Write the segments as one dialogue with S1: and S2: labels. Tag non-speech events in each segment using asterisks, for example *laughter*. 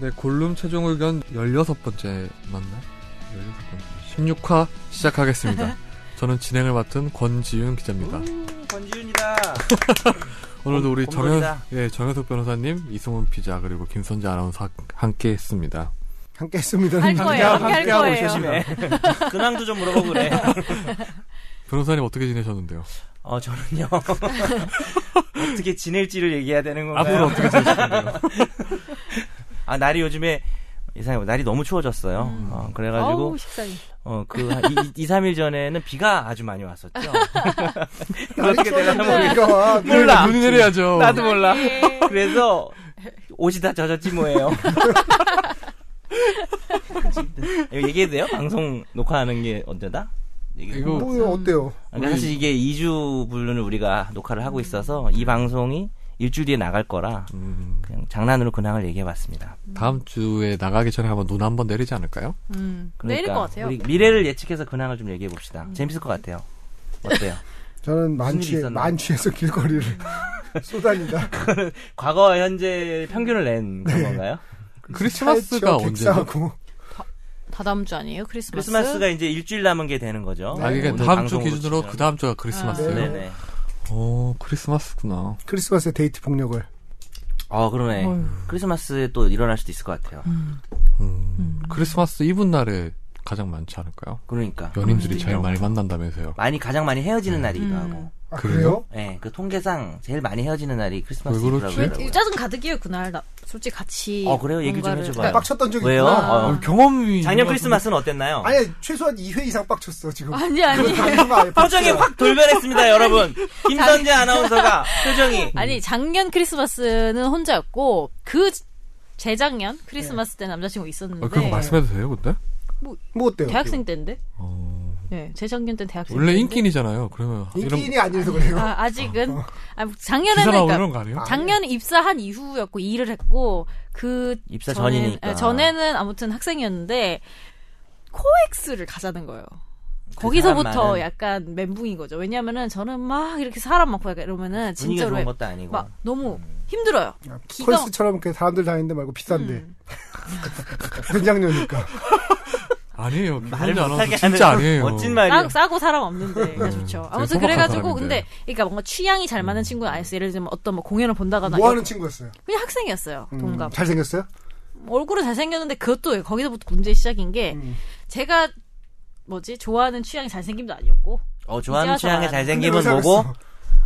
S1: 네, 골룸 최종 의견 16번째 맞나? 16번째. 16화
S2: *laughs*
S1: 시작하겠습니다. 저는 진행을 맡은 권지윤 기자입니다.
S2: 우, 음, 권지윤이다.
S1: 오늘도
S2: 공-
S1: 우리 정현,
S2: 공격이다.
S1: 예, 정현석 변호사님, 이승훈 피자, 그리고 김선재 아나운서 함- 함께 했습니다.
S3: 함께 했습니다.
S4: 할 거예요.
S2: 함께하고
S4: 함께 할 거예요.
S3: 네.
S2: 조심해. *laughs* 근황도 좀 물어보고 그래.
S1: 변호사님 어떻게 지내셨는데요?
S2: 어, 저는요. *laughs* 어떻게 지낼지를 얘기해야 되는 건가요?
S1: 앞으로 어떻게 지내셨는데요?
S2: 아, 날이 요즘에 이상해요. 날이 너무 추워졌어요.
S4: 음.
S2: 어,
S4: 어우
S2: 그래가지고
S4: 식상해.
S2: 어, 그한 2, 3일 전에는 비가 아주 많이 왔었죠. 이거
S3: 날이
S2: 어떻게 되나 모르겠
S3: 추워지니까
S2: *laughs* 몰라.
S1: 눈이 내려야죠.
S2: 나도 몰라.
S4: 예.
S2: *laughs* 그래서 옷이 다 젖었지 뭐예요. 이거 얘기해도 돼요? 방송 녹화하는 게 언제다? 얘기해도
S1: 이거
S2: 돼요?
S3: 뭐 어때요?
S2: 그러니까 사실 이게 2주 분을 우리가 녹화를 하고 있어서 이 방송이 일주일 뒤에 나갈 거라
S1: 음,
S2: 그냥 장난으로 근황을 얘기해봤습니다.
S1: 다음 주에 나가기 전에 한번 눈 한번 내리지 않을까요?
S4: 음.
S2: 그러니까
S4: 내릴 것 같아요. 음.
S2: 우리 미래를 예측해서 근황을 좀 얘기해봅시다. 재밌을 것 같아요. 어때요?
S3: 저는
S2: 일이
S3: 만취
S2: 있었나?
S3: 만취해서 길거리를 쏘다니다.
S2: *laughs* 과거와 현재 평균을 낸 그런
S4: *laughs*
S2: 그 건가요?
S1: 크리스마스가 언제죠?
S3: 객사하고
S4: 다 다음 주 아니에요? 크리스마스.
S2: 크리스마스가 이제 일주일 남은 게 되는 거죠.
S1: 아, 이게
S2: 네. 오늘
S1: 다음 주
S2: 방송으로
S1: 기준으로
S2: 치면.
S1: 그 다음 주가 크리스마스예요.
S4: 아,
S2: 네네.
S1: 어, 크리스마스구나.
S3: 크리스마스에 데이트 폭력을
S2: 아 그러네. 크리스마스에 또 일어날 수도 있을 것 같아요.
S1: 음, 크리스마스 이브 날에 가장 많지 않을까요?
S2: 그러니까
S1: 연인들이 제일 많이 만난다면서요.
S2: 많이 가장 많이 헤어지는
S1: 네.
S2: 날이기도
S4: 음.
S2: 하고.
S3: 아
S1: 그래요?
S3: 그래요?
S2: 예, 그 통계상 제일 많이 헤어지는 날이 크리스마스
S1: 왜 그렇지?
S2: 이브라고
S4: 일-
S2: 요
S4: 일자전 가득이에요 그날. 나 솔직히 같이.
S2: 어, 그래요? 얘기 좀
S4: 뭔가를-
S2: 해줘봐요.
S3: 나 빡쳤던 적이
S2: 왜요?
S3: 있구나.
S2: 어.
S1: 어, 경험이
S2: 작년
S1: 있는
S2: 크리스마스는 어땠나요?
S3: 아니 최소한 2회 이상 빡쳤어 지금. 뭐
S4: 그러니까 아니 아니.
S2: 그러니까 표정이 확 돌변했습니다, 여러분. *laughs* 김선재 아나운서가 표정이
S4: 아니 작년 크리스마스는 혼자였고 그 재작년 크리스마스 때 남자친구 있었는데.
S1: 어,
S2: 네.
S1: 그런 거 말씀해도 돼요, 근데?
S3: 뭐 어때요?
S4: 대학생 때인데.
S1: 어,
S4: 네, 재작년 땐 대학생.
S1: 원래
S4: 때인데.
S1: 인기인이잖아요. 그러면 이런
S3: 인기인이 아니어서 그래요.
S4: 아, 아직은 아,
S1: 기사
S4: 작년에는
S1: 나오는
S4: 그러니까
S1: 거 아니에요?
S3: 아,
S4: 작년에 입사한 이후였고 일을 했고 그
S2: 네. 입사
S4: 전엔-
S2: 전이니까.
S4: 예, 전에는 아무튼 학생이었는데 코엑스를 가자는 거예요. 거기서부터
S2: 그 사람만은
S4: 약간 멘붕인 거죠. 왜냐면은 저는 막 이렇게 사람 많고 약간
S2: 분위기가
S4: 이러면은 진짜로
S2: 좋은 것도 아니고. 음.
S4: 막 너무 힘들어요. 기가-
S3: 아, 콜스처럼 그 사람들 다니는데 말고 비싼데.
S4: 음.
S3: *laughs* 된장녀니까.
S1: 아니에요. 김선재
S2: 말을 못하게
S1: 아나운서
S2: 하는
S1: 진짜 아니에요.
S2: 멋진
S4: 싸고,
S2: 말이요.
S4: 싸고 사람 없는데
S2: 음.
S4: 그냥 좋죠. 아무튼
S1: 소박한
S4: 그래가지고
S1: 사람인데.
S4: 근데 그러니까 뭔가 취향이 잘 맞는 친구는 아니었어요. 예를 들면 어떤 뭐 공연을 본다거나
S3: 뭐 하는 친구였어요?
S4: 그냥 학생이었어요.
S3: 음,
S4: 동갑.
S3: 잘생겼어요?
S4: 얼굴은 잘생겼는데 그것도 거기서부터 문제의 시작인 게
S3: 음.
S4: 제가 뭐지 좋아하는 취향이 잘생김도 아니었고
S2: 어, 좋아하는
S4: 이제
S2: 취향의
S4: 와서
S2: 잘생김은
S3: 근데 왜
S2: 뭐고?
S3: 사귀었어?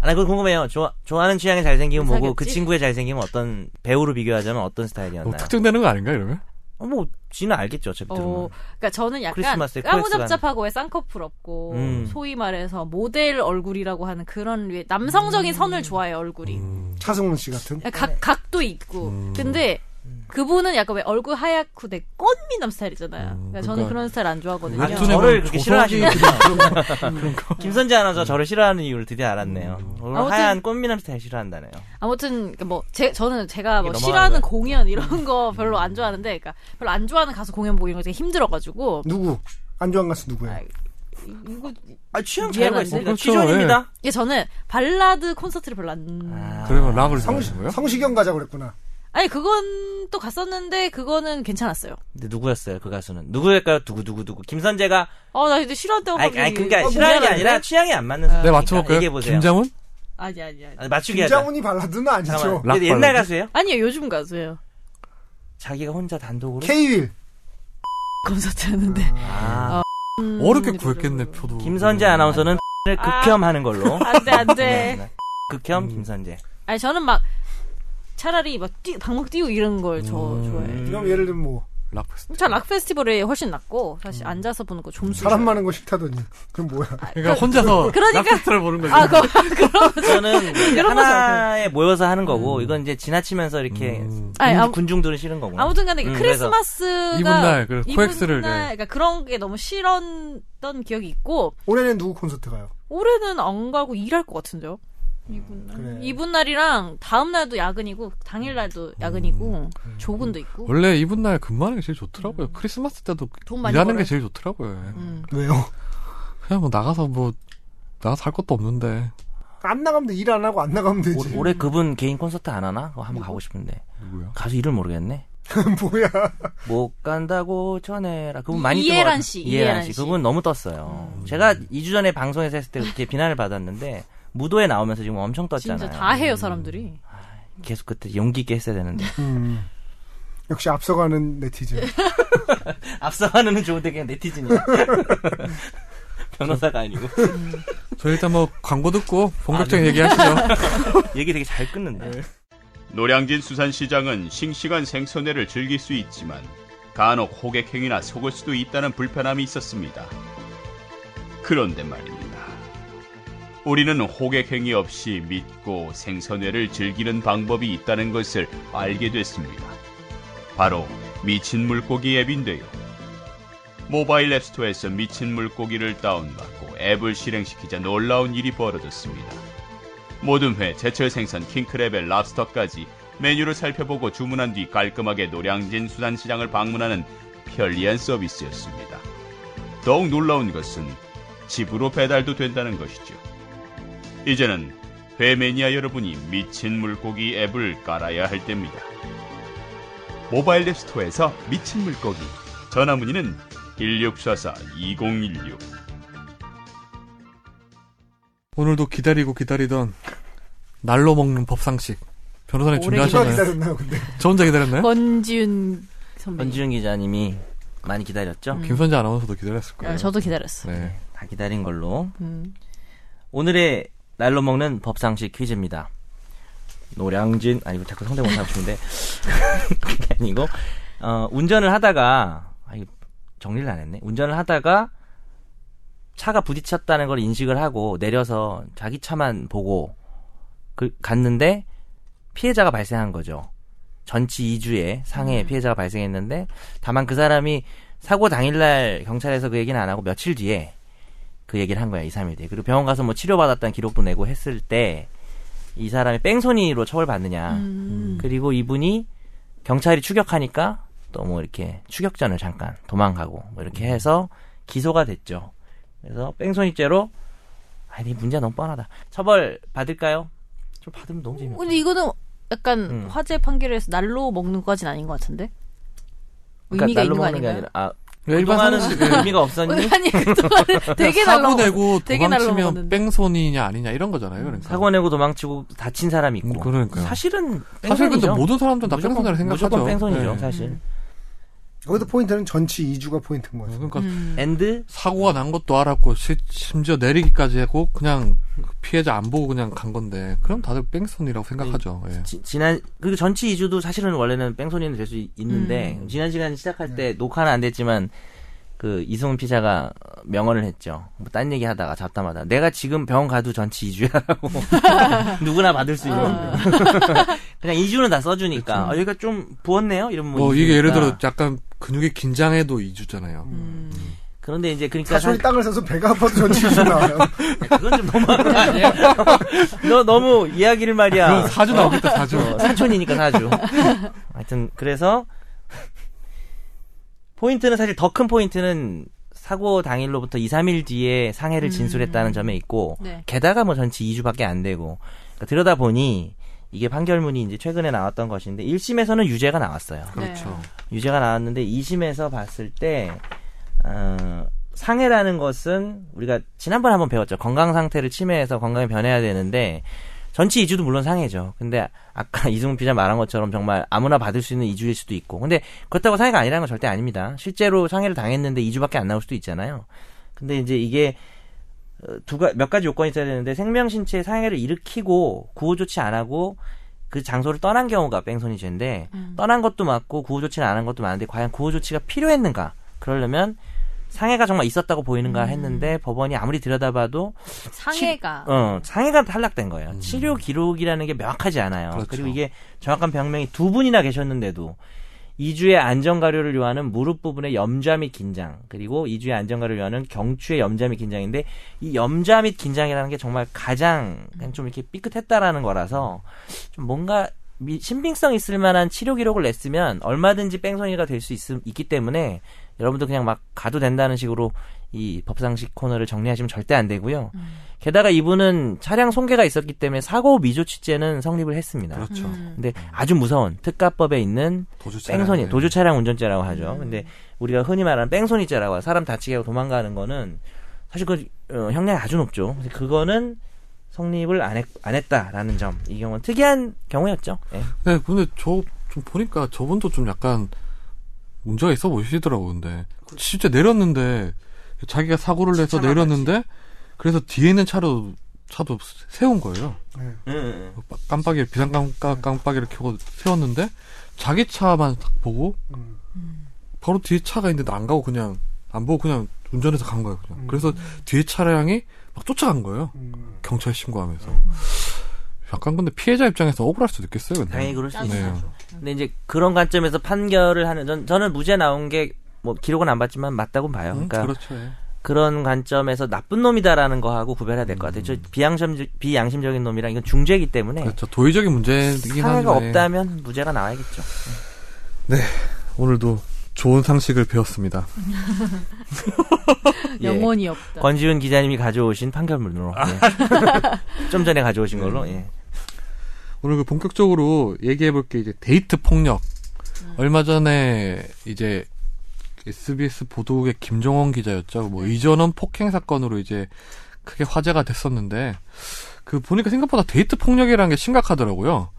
S2: 아, 나 그거 궁금해요. 좋아, 좋아하는 취향의 잘생김은
S4: 왜
S2: 뭐고, 그
S4: 사귀었지?
S2: 친구의 잘생김은 어떤, 배우로 비교하자면 어떤
S1: 뭐
S2: 스타일이었나요?
S1: 특정되는 거 아닌가, 이러면?
S2: 어, 뭐, 지는 알겠죠, 어차피
S4: 어
S2: 들으면.
S4: 그러니까 저는 약간
S2: 크리스마스에
S4: 까무잡잡하고 왜 쌍꺼풀 없고
S2: 음.
S4: 소위 말해서 모델 얼굴이라고 하는 그런 류의 남성적인
S2: 음.
S4: 선을 좋아해요 얼굴이
S1: 음,
S3: 차승원 씨 같은?
S4: 각 각도 있고
S1: 음.
S4: 근데 그분은 약간 왜 얼굴 하얗고 내 꽃미남 스타일이잖아요.
S1: 음,
S4: 그러니까
S1: 그러니까
S4: 저는 그런 스타일 안 좋아하거든요.
S2: 아,
S1: 웹툰에 보면
S2: 저를 그렇게
S1: 조석이
S2: 싫어하시는구나.
S1: 그런 거- 그런 거.
S2: 김선재 아나운서 저를 싫어하는 이유를 드디어 알았네요.
S1: 음.
S2: 오늘
S4: 아무튼-
S2: 하얀 꽃미남 스타일 싫어한다네요.
S4: 아무튼 그러니까 뭐 제, 저는 제가 뭐
S2: 이게 넘어가는
S4: 싫어하는
S2: 거야. 음.
S4: 공연 이런 거 별로 안 좋아하는데 그러니까 별로 안 좋아하는 가수 공연 보기는 되게 힘들어가지고
S3: 누구? 안주환 가수 누구예요?
S4: 아, 이거
S2: 아, 취향
S4: 미안한데?
S2: 자유가 있으니까.
S1: 그렇죠,
S2: 취존입니다.
S4: 이게 저는 발라드 콘서트를 별로 안
S1: *laughs*
S2: 아.
S1: 그러면 락을 좋아하시는
S3: 성시,
S1: 거예요?
S3: 성시경 가자 그랬구나.
S4: 아니 그건 또 갔었는데 그거는 괜찮았어요.
S2: 근데 누구였어요, 그 가수는? 누구일까요? 두구두구두구. 김선재가
S4: 아, 어나 근데 싫어한다고 그러니까.
S2: 아니, 아니 그러니까
S3: 어,
S2: 싫어하는 게
S3: 미안한데?
S2: 아니라 취향이 안 맞는
S1: 네,
S2: 사람. 얘기해
S1: 맞춰볼까요?
S2: 보세요.
S1: 김장훈?
S4: 아니 아니 아니.
S2: 맞추기 하자.
S3: 김장훈이 발라드는 아니죠.
S2: 잠깐만.
S1: 락
S2: 근데 옛날
S1: 발라드?
S2: 가수예요?
S4: 아니요 요즘 가수예요. *laughs*
S2: 자기가 혼자 단독으로.
S3: 케이윌.
S4: 콘서트 했는데.
S2: 아,
S4: 음,
S1: 어렵게
S4: 이러고.
S1: 구했겠네, 표도.
S2: 김선재 아나운서는 를
S4: *laughs* 아.
S2: 극혐하는 걸로.
S1: *laughs*
S4: 안돼
S2: 네,
S4: 안돼.
S2: 네. 극혐
S1: 음.
S2: 김선재.
S4: 아니 저는 막 차라리 막 뛰, 방방 뛰고 이런 걸 저
S1: 음.
S4: 좋아해요.
S3: 그럼 예를 들면 뭐
S1: 락 페스티벌.
S4: 전 락 페스티벌이 훨씬 낫고 사실
S2: 음.
S4: 앉아서 보는 거 좀.
S3: 사람 많은 거 싫다더니 그럼 뭐야?
S1: 그러니까 혼자서
S4: 그러니까-
S1: 락 페스티벌 보는 거죠.
S4: 아, 그, *laughs* *laughs* 그럼.
S2: 저는
S4: *laughs* 이런 거죠.
S2: 하나에 모여서 하는 거고 이건 이제 지나치면서 이렇게
S1: 음.
S4: 아니, 아무-
S2: 군중들은 싫은 거고.
S4: 아무튼 간에
S2: 음, 그래서
S4: 크리스마스가.
S1: 이분날, 그
S4: 이분날,
S1: 코엑스를, 네.
S4: 그러니까 그런 게 너무 싫었던 기억이 있고,
S3: 올해는 누구 콘서트 가요?
S4: 올해는 안 가고 일할 것 같은데요? 이분날.
S3: 그래.
S4: 이분날이랑 다음날도 야근이고,
S1: 음,
S4: 당일날도 야근이고, 조근도 있고.
S1: 원래 이분 날 근무하는 게 제일 좋더라고요. 크리스마스 때도
S4: 돈 많이
S1: 일하는 게
S4: 벌어요.
S1: 제일 좋더라고요.
S4: 음.
S3: 왜요?
S1: 그냥 뭐 나가서 뭐 나가서 할 것도 없는데
S3: 안 나가면 돼. 일 안 하고 안 나가면 되지.
S2: 올- 올해 그분 개인 콘서트 안 하나? 그거 한번 가고 싶은데
S1: 누구야?
S2: 가수 이름 모르겠네.
S3: 뭐야.
S2: 못 간다고 전해라. 그분 많이
S4: 이해란
S2: 뜨거워요.
S4: 씨,
S2: 이해란
S4: 이해란
S2: 씨.
S4: 씨.
S2: 그분 너무 떴어요. 제가 2주 전에 방송에서 했을 때 그렇게 비난을 받았는데 무도에 나오면서 지금 엄청 떴잖아요.
S4: 진짜 다 해요
S1: 음.
S4: 사람들이.
S2: 계속 그때 용기 있게 했어야 되는데. *laughs*
S3: 음. 역시 앞서가는 네티즌.
S2: 앞서가는 좋은데 그냥 네티즌이야. *laughs* 변호사가 아니고.
S1: 저희 일단 뭐 광고 듣고 본격적인 *laughs* 얘기하시죠.
S2: 얘기 되게 잘 끊는데.
S5: 노량진 수산시장은 싱싱한 생선회를 즐길 수 있지만 간혹 호객행위나 속을 수도 있다는 불편함이 있었습니다. 그런데 말입니다. 우리는 호객행위 없이 믿고 생선회를 즐기는 방법이 있다는 것을 알게 됐습니다. 바로 미친 물고기 앱인데요. 모바일 앱스토어에서 미친 물고기를 다운받고 앱을 실행시키자 놀라운 일이 벌어졌습니다. 모든 회, 제철 생선, 킹크랩의 랍스터까지 메뉴를 살펴보고 주문한 뒤 깔끔하게 노량진 수산시장을 방문하는 편리한 서비스였습니다. 더욱 놀라운 것은 집으로 배달도 된다는 것이죠. 이제는 회 매니아 여러분이 미친 물고기 앱을 깔아야 할 때입니다. 모바일 앱 스토어에서 미친 물고기 전화 문의는 1644-2016
S1: 오늘도 기다리고 기다리던 날로 먹는 법상식 변호사님
S4: 오래
S3: 누가
S1: 준비하셨나요?
S3: 기다렸나요, 근데?
S1: 저 혼자 기다렸나요?
S4: 뭐 권지윤 선배.
S2: 권지윤 기자님이 많이 기다렸죠?
S4: 음.
S1: 김선재 아나운서도 기다렸을 거예요.
S4: 아, 저도 기다렸어.
S1: 네.
S2: 다 기다린 걸로.
S4: 음.
S2: 오늘의 날로 먹는 법상식 퀴즈입니다. 노량진 아니고 자꾸 성대모사 하고 싶은데 *laughs* 그게 아니고 어, 운전을 하다가 아, 이거 정리를 안 했네. 운전을 하다가 차가 부딪혔다는 걸 인식을 하고 내려서 자기 차만 보고 그- 갔는데 피해자가 발생한 거죠. 전치 2주에 상해
S4: 음.
S2: 피해자가 발생했는데 다만 그 사람이 사고 당일날 경찰에서 그 얘기는 안 하고 며칠 뒤에 그 얘기를 한 거야, 2, 3일 뒤에. 그리고 병원 가서 뭐 치료받았다는 기록도 내고 했을 때, 이 사람이 뺑소니로 처벌받느냐.
S4: 음.
S2: 그리고 이분이 경찰이 추격하니까 또 뭐 이렇게 추격전을 잠깐 도망가고 뭐
S4: 음.
S2: 이렇게 해서 기소가 됐죠. 그래서 뺑소니죄로, 아니, 문제 너무 뻔하다. 처벌 받을까요? 좀 받으면 너무 재밌어.
S4: 근데 이거는 약간
S2: 음.
S4: 화재 판결에서 날로 먹는 것까진 아닌 것 같은데. 뭐
S1: 그러니까
S4: 그러니까 의미가 있는 거 아닌가요?
S2: 아,
S1: 네, 일반
S2: 그동안은
S1: 상식은
S2: 의미가 *laughs* 없었니?
S4: *laughs*
S1: *laughs*
S4: 아니 그동안에 되게 날로
S1: 음. 사고
S4: 먹
S1: 내고
S4: 되게 날로
S1: 도망치면
S4: 먹었는데.
S1: 뺑소니냐 아니냐 이런 거잖아요. 그러니까.
S2: 사고 내고 도망치고 다친 사람이 있고.
S1: 음, 그러니까요.
S2: 사실은
S1: 사실 근데
S2: 뺑소니죠.
S1: 모든 사람들은 다
S2: 무조건-
S1: 뺑소니라 생각하죠.
S2: 무조건 뺑소니죠,
S1: 네.
S2: 사실.
S3: 여기서 포인트는 전치 2주가 포인트인 것 같아요.
S1: 그러니까
S4: 음.
S2: 엔드
S1: 사고가 난 것도 알았고 시- 심지어 내리기까지 하고 그냥 그 피해자 안 보고 그냥 간 건데 그럼 다들 뺑소니라고 생각하죠. 예.
S2: 지- 지난 그리고 전치 2주도 사실은 원래는 뺑소니는 될 수 있는데
S4: 음.
S2: 지난 시간 시작할
S1: 네.
S2: 때 녹화는 안 됐지만 그 이승훈 피자가 명언을 했죠. 뭐 딴 얘기 하다가 잡담하다. 내가 지금 병원 가도 전치 2주야라고. *laughs* 누구나 받을 수 있는.
S4: 아.
S2: *laughs* 그냥 2주는 다 써주니까. 아, 여기가 좀 부었네요? 이러면 뭐
S1: 그렇죠. 뭐 이게 예를 들어
S2: 2주니까.
S1: 약간 근육이 긴장해도 2주잖아요.
S4: 음.
S1: 음.
S2: 그런데 이제 그러니까
S3: 사촌이
S2: 사실
S3: 땅을 사서 배가 아파도 전치 *laughs* 2주 나와요.
S2: 그건 좀 너무한 거 아니에요? *laughs* 너 너무 이야기를 말이야.
S1: 그럼 4주 나오겠다 4주.
S2: 어, 사촌이니까 사주. 하여튼 그래서 포인트는 사실 더 큰 포인트는 사고 당일로부터 2, 3일 뒤에 상해를 진술했다는 점에 있고
S4: 네.
S2: 게다가 뭐 전치 2주밖에 안 되고 그러니까 들여다 보니 이게 판결문이 이제 최근에 나왔던 것인데 1심에서는 유죄가 나왔어요.
S1: 그렇죠.
S2: 유죄가 나왔는데 2심에서 봤을 때 어, 상해라는 것은 우리가 지난번에 한번 배웠죠. 건강 상태를 침해해서 건강이 변해야 되는데 전치 이주도 물론 상해죠. 근데 아까 *laughs* 이승훈 기자 말한 것처럼 정말 아무나 받을 수 있는 이주일 수도 있고. 근데 그렇다고 상해가 아니라는 건 절대 아닙니다. 실제로 상해를 당했는데 이주밖에안 나올 수도 있잖아요. 근데 이제 이게 어, 두 가, 몇 가지 요건이 있어야 되는데 생명 신체에 상해를 일으키고 구호 조치 안 하고 그 장소를 떠난 경우가 뺑소니죄인데 떠난 것도 맞고 구호 조치는 안 한 것도 많은데 과연 구호 조치가 필요했는가? 그러려면 상해가 정말 있었다고 보이는가 했는데 법원이 아무리 들여다봐도
S4: 상해가
S2: 어, 상해가 탈락된 거예요. 치료 기록이라는 게 명확하지 않아요.
S1: 그렇죠.
S2: 그리고 이게 정확한 병명이 두 분이나 계셨는데도 2주의 안정가료를 요하는 무릎 부분의 염좌 및 긴장, 그리고 2주의 안정가료를 요하는 경추의 염좌 및 긴장인데 이 염좌 및 긴장이라는 게 정말 가장 그냥 좀 이렇게 삐끗했다라는 거라서 좀 뭔가 미- 신빙성 있을 만한 치료 기록을 냈으면 얼마든지 뺑소니가 될 수 있기 때문에 여러분들 그냥 막 가도 된다는 식으로 이 법상식 코너를 정리하시면 절대 안 되고요. 게다가 이분은 차량 손괴가 있었기 때문에 사고 미조 취재는 성립을 했습니다.
S1: 그렇죠.
S2: 근데 아주 무서운 특가법에 있는
S1: 도주 차량.
S2: 뺑소니
S1: 네.
S2: 도주 차량 운전죄라고 하죠.
S4: 음.
S2: 근데 우리가 흔히 말하는 뺑소니죄라고 사람 다치게 하고 도망가는 거는 사실 그 어, 형량이 아주 높죠. 근데 그거는 성립을 안, 했, 안 했다라는 점. 이 경우는 특이한 경우였죠. 예.
S1: 네, 근데 저 좀 보니까 저분도 좀 약간 문제가 있어 보이시더라고 근데
S3: 그렇죠.
S1: 실제 내렸는데 자기가 사고를 내서
S2: 시차만
S1: 내렸는데 그래서 뒤에 있는 차로 차도 세운 거예요.
S3: 네.
S1: 깜빡이 비상 깜빡 깜빡이를 켜고 세웠는데 자기 차만 딱 보고
S3: 음.
S1: 바로 뒤에 차가 있는데 안 가고 그냥 안 보고 그냥 운전해서 간 거예요. 그냥.
S3: 음.
S1: 그래서 뒤에 차량이 막 쫓아간 거예요.
S3: 음.
S1: 경찰 신고하면서. 약간 근데 피해자 입장에서 억울할 수도 있겠어요. 근데.
S2: 당연히 그럴 수
S4: 네.
S2: 있죠. 근데 이제 그런 관점에서 판결을 하는 전, 저는 무죄 나온 게 뭐 기록은 안 봤지만 맞다고 봐요.
S1: 음,
S2: 그러니까
S1: 그렇죠. 예.
S2: 그런 관점에서 나쁜 놈이다라는 거하고 구별해야 될
S4: 음.
S2: 것 같아요. 저 비양심 비양심적인 놈이랑 이건 중죄이기 때문에
S1: 그렇죠. 도의적인 문제이긴 한데
S2: 사회가 없다면 무죄가 나와야겠죠.
S1: 오늘도 좋은 상식을 배웠습니다.
S2: 예.
S4: 영혼이 없다.
S2: 권지훈 기자님이 가져오신 판결문으로 예. *laughs* 좀 전에 가져오신 걸로 예.
S1: 오늘 그 본격적으로 얘기해 볼 게 이제 데이트 폭력. 얼마 전에 이제 SBS 보도국의 김종원 기자였죠. 뭐 이전원 폭행 사건으로 이제 크게 화제가 됐었는데 그 보니까 생각보다 데이트 폭력이라는 게 심각하더라고요.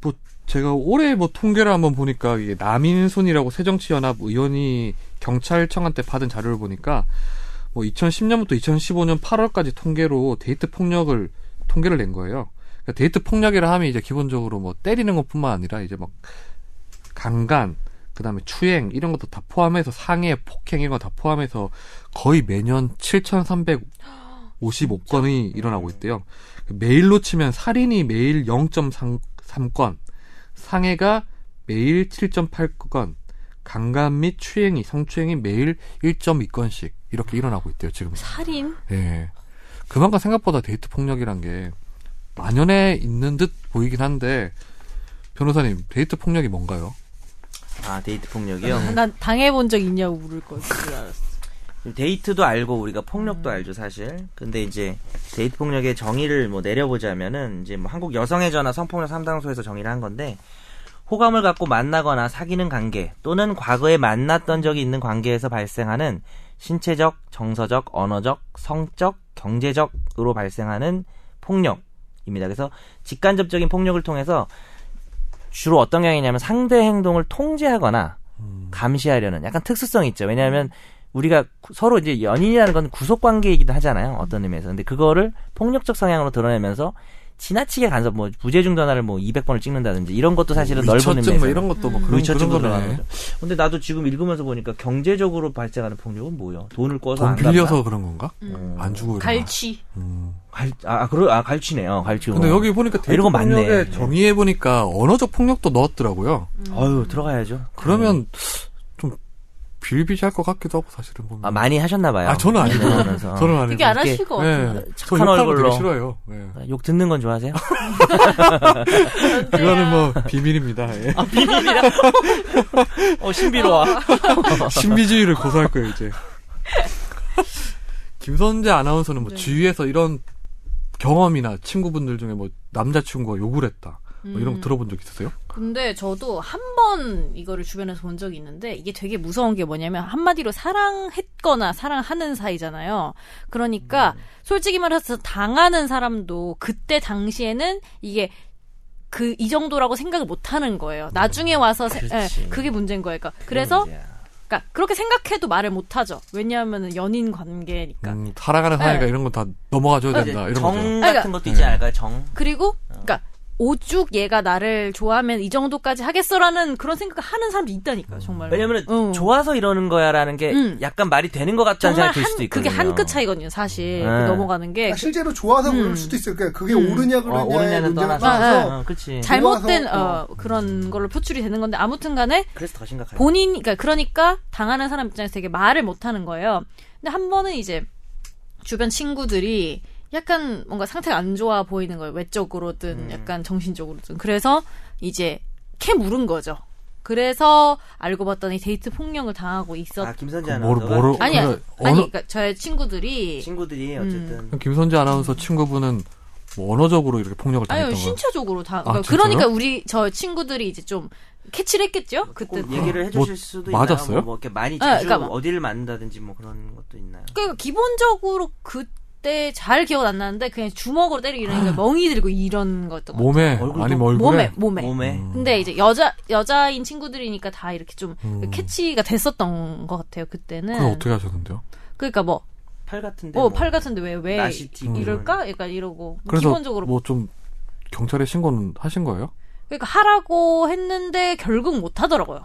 S1: 뭐 제가 올해 뭐 통계를 한번 보니까 이게 남인순이라고 새정치연합 의원이 경찰청한테 받은 자료를 보니까 뭐 2010년부터 2015년 8월까지 통계로 데이트 폭력을 통계를 낸 거예요. 그러니까 데이트 폭력이라 하면 이제 기본적으로 뭐 때리는 것뿐만 아니라 이제 막 강간, 그다음에 추행 이런 것도 다 포함해서 상해, 폭행 이런 거 다 포함해서 거의 매년 7,355건이 일어나고 있대요. 매일로 치면 살인이 매일 0.3건, 상해가 매일 7.8건, 강간 및 추행이 성추행이 매일 1.2건씩 이렇게 일어나고 있대요 지금.
S4: 살인?
S1: 예. 그만큼 생각보다 데이트 폭력이란 게 만연해 있는 듯 보이긴 한데 변호사님 데이트 폭력이 뭔가요?
S2: 아 데이트
S1: 어.
S2: 폭력이요.
S4: 난 당해본 적 있냐고 물을 걸줄 알았어.
S2: 데이트도 알고 우리가 폭력도 알죠 사실. 근데 이제 데이트 폭력의 정의를 뭐 내려보자면은 이제 뭐 한국 여성의 전화 성폭력 상담소에서 정의를 한 건데 호감을 갖고 만나거나 사귀는 관계 또는 과거에 만났던 적이 있는 관계에서 발생하는 신체적, 정서적, 언어적, 성적, 경제적으로 발생하는 폭력입니다. 그래서 직간접적인 폭력을 통해서 주로 어떤 경향이냐면 상대 행동을 통제하거나
S1: 음.
S2: 감시하려는 약간 특수성이 있죠. 왜냐하면 우리가 구- 서로 이제 연인이라는 건 구속 관계이기도 하잖아요. 어떤 의미에서. 근데 그거를 폭력적 성향으로 드러내면서 지나치게 간섭, 뭐 부재중 전화를 뭐 200번을 찍는다든지 이런 것도 사실은 음. 넓은
S1: 위처증
S2: 의미에서
S1: 뭐 이런 것도 뭐 그런 그런
S2: 의처증도
S1: 거네.
S2: 들어가는 거죠. 근데 나도 지금 읽으면서 보니까 경제적으로 발생하는 폭력은 뭐예요? 돈을 꿔서
S1: 돈
S2: 안 갚나?
S1: 빌려서 그런 건가?
S4: 음.
S1: 안 주고 이런 거.
S4: 갈취.
S1: 음.
S2: 갈, 아, 그러, 아, 갈치네요. 갈치.
S1: 근데 여기 보니까 데이트
S2: 이런 거 맞네.
S1: 폭력에 정의해 보니까 언어적 폭력도 넣었더라고요.
S2: 어유 들어가야죠.
S1: 그러면
S2: 음.
S1: 좀 비일비재할 것 같기도 하고 사실은 보면.
S2: 아, 많이 하셨나봐요. 네,
S1: 아, 저는 아니고. *laughs*
S2: 그러면서.
S1: 저는 아니고.
S4: 되게 안
S2: 이렇게-
S4: 하실 것 같아요.
S1: 예. 저
S2: 착한
S1: 욕하는 거
S2: 얼굴로.
S1: 되게 싫어요. 예.
S2: 욕 듣는 건 좋아하세요?
S1: 그거는 뭐 *laughs* 비밀입니다. 예.
S2: *laughs* 어, 신비로워.
S1: 아, 신비주의를 고소할 거예요
S4: *laughs*
S1: 이제. 김선재 아나운서는 뭐
S4: 네.
S1: 주위에서 이런 경험이나 친구분들 중에 뭐 남자친구가 욕을 했다 뭐 이런 거
S4: 음.
S1: 들어본 적 있으세요?
S4: 근데 저도 한 번 이거를 주변에서 본 적이 있는데 이게 되게 무서운 게 뭐냐면 한마디로 사랑했거나 사랑하는 사이잖아요. 그러니까 솔직히 말해서 당하는 사람도 그때 당시에는 이게 그 이 정도라고 생각을 못 하는 거예요. 나중에 와서 세-
S2: 그렇지.
S4: 예, 그게 문제인 거예요. 그러니까 그래서 그러니까 그렇게 생각해도 말을 못 하죠. 왜냐하면 연인 관계니까.
S1: 음, 사랑하는 사이가
S4: 네. 아,
S1: 이런 건 다 넘어가줘야 된다 아, 이런 거죠.
S2: 정 같은 것도 있지
S1: 네.
S2: 않을까요? 정.
S4: 그리고 그러니까 오죽 얘가 나를 좋아하면 이 정도까지 하겠어라는 그런 생각을 하는 사람도 있다니까요. 정말.
S2: 왜냐면
S1: 음.
S2: 좋아서 이러는 거야라는 게
S4: 음.
S2: 약간 말이 되는 것 같다는
S4: 정말
S2: 생각이 들
S4: 한
S2: 수도 있거든요.
S4: 그게 한 끗 차이거든요, 사실
S2: 네.
S4: 그 넘어가는 게
S3: 아, 실제로 좋아서
S4: 음.
S3: 그럴 수도 있을 거예요. 그러니까 그게
S4: 음.
S3: 옳으냐
S2: 어,
S3: 그러냐의
S2: 오르냐는
S3: 문제가
S2: 떠나서.
S3: 떠나서
S2: 어, 그렇지.
S4: 잘못된
S3: 좋아서,
S4: 어, 그런 걸로 표출이 되는 건데 아무튼간에
S2: 그래서 더 심각하죠.
S4: 본인 그러니까 그러니까 당하는 사람 입장에서 되게 말을 못 하는 거예요. 근데 한 번은 이제 주변 친구들이 약간 뭔가 상태가 안 좋아
S2: 음.
S4: 보이는 거예요. 외적으로든 약간 정신적으로든 그래서 이제 캐 물은 거죠. 그래서 알고 봤더니 데이트 폭력을 당하고 있었.
S2: 아 김선재
S1: 그
S2: 아나운서가
S1: 뭐를- 뭐를-
S4: 아, 니 아니,
S1: 그러면
S4: 아니,
S1: 어느-
S4: 그러니까 저의 친구들이
S2: 친구들이
S4: 음.
S2: 어쨌든
S1: 김선재 아나운서 친구분은 뭐 언어적으로 이렇게 폭력을 당했던
S4: 아니요
S1: 거예요?
S4: 신체적으로 다.
S1: 아,
S4: 그러니까,
S1: 진짜요?
S4: 그러니까 우리 저 친구들이 이제 좀 캐치를 했겠죠 그때.
S2: 조금 어, 얘기를 해주실 수도 있나요?
S1: 맞았어요?
S2: 뭐, 뭐 이렇게 많이
S4: 아,
S2: 자주
S4: 그러니까 막-
S2: 어디를 만든다든지 뭐 그런 것도 있나요?
S4: 그러니까 기본적으로 그때 잘 기억 안 나는데 그냥 주먹으로 때리고
S1: 아.
S4: 이러니까 멍이 들고 이런 거였던 거.
S1: 몸에
S2: 얼굴도-
S1: 아니 면 얼굴에
S4: 몸에 몸에.
S2: 몸에
S4: 근데 이제 여자 여자인 친구들이니까 다 이렇게 좀
S1: 음.
S4: 캐치가 됐었던 것 같아요 그때는.
S1: 그걸 어떻게 하셨는데요?
S4: 그러니까 뭐
S2: 팔 같은데
S4: 어,
S2: 뭐
S4: 팔 같은데 왜, 왜
S2: 나시티 뭐
S4: 이럴까? 약간 이러고.
S1: 음. 그래서
S4: 기본적으로.
S1: 뭐 좀 경찰에 신고는 하신 거예요?
S4: 그러니까 하라고 했는데 결국 못 하더라고요.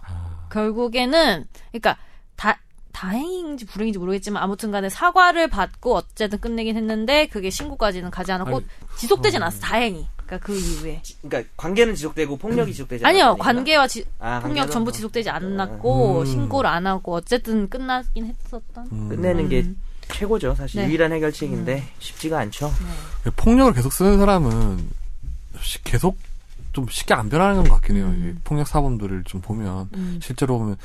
S4: 결국에는, 그러니까 다, 다행인지 불행인지 모르겠지만 아무튼 간에 사과를 받고 어쨌든 끝내긴 했는데 그게 신고까지는 가지 않았고
S1: 아니,
S4: 지속되진 않았어, 다행히. 그러니까 그 이후에.
S2: 지- 그러니까 관계는 지속되고 폭력이 지속되지
S4: 음. 아니요,
S2: 않았으니까?
S4: 관계와 지-
S2: 아,
S4: 폭력
S2: 관계는
S4: 전부
S2: 뭐.
S4: 지속되지 않았고
S1: 음.
S4: 신고를 안 하고 어쨌든 끝나긴 했었던.
S1: 음.
S2: 어, 끝내는 게
S4: 음.
S2: 최고죠 사실
S4: 네. 음.
S2: 유일한 해결책인데 쉽지가 않죠.
S1: 폭력을 계속 쓰는 사람은 시- 계속 좀 쉽게 안 변하는 것 같긴 해요.
S4: 음.
S1: 이 폭력 사범들을 좀 보면
S4: 음.
S1: 실제로 보면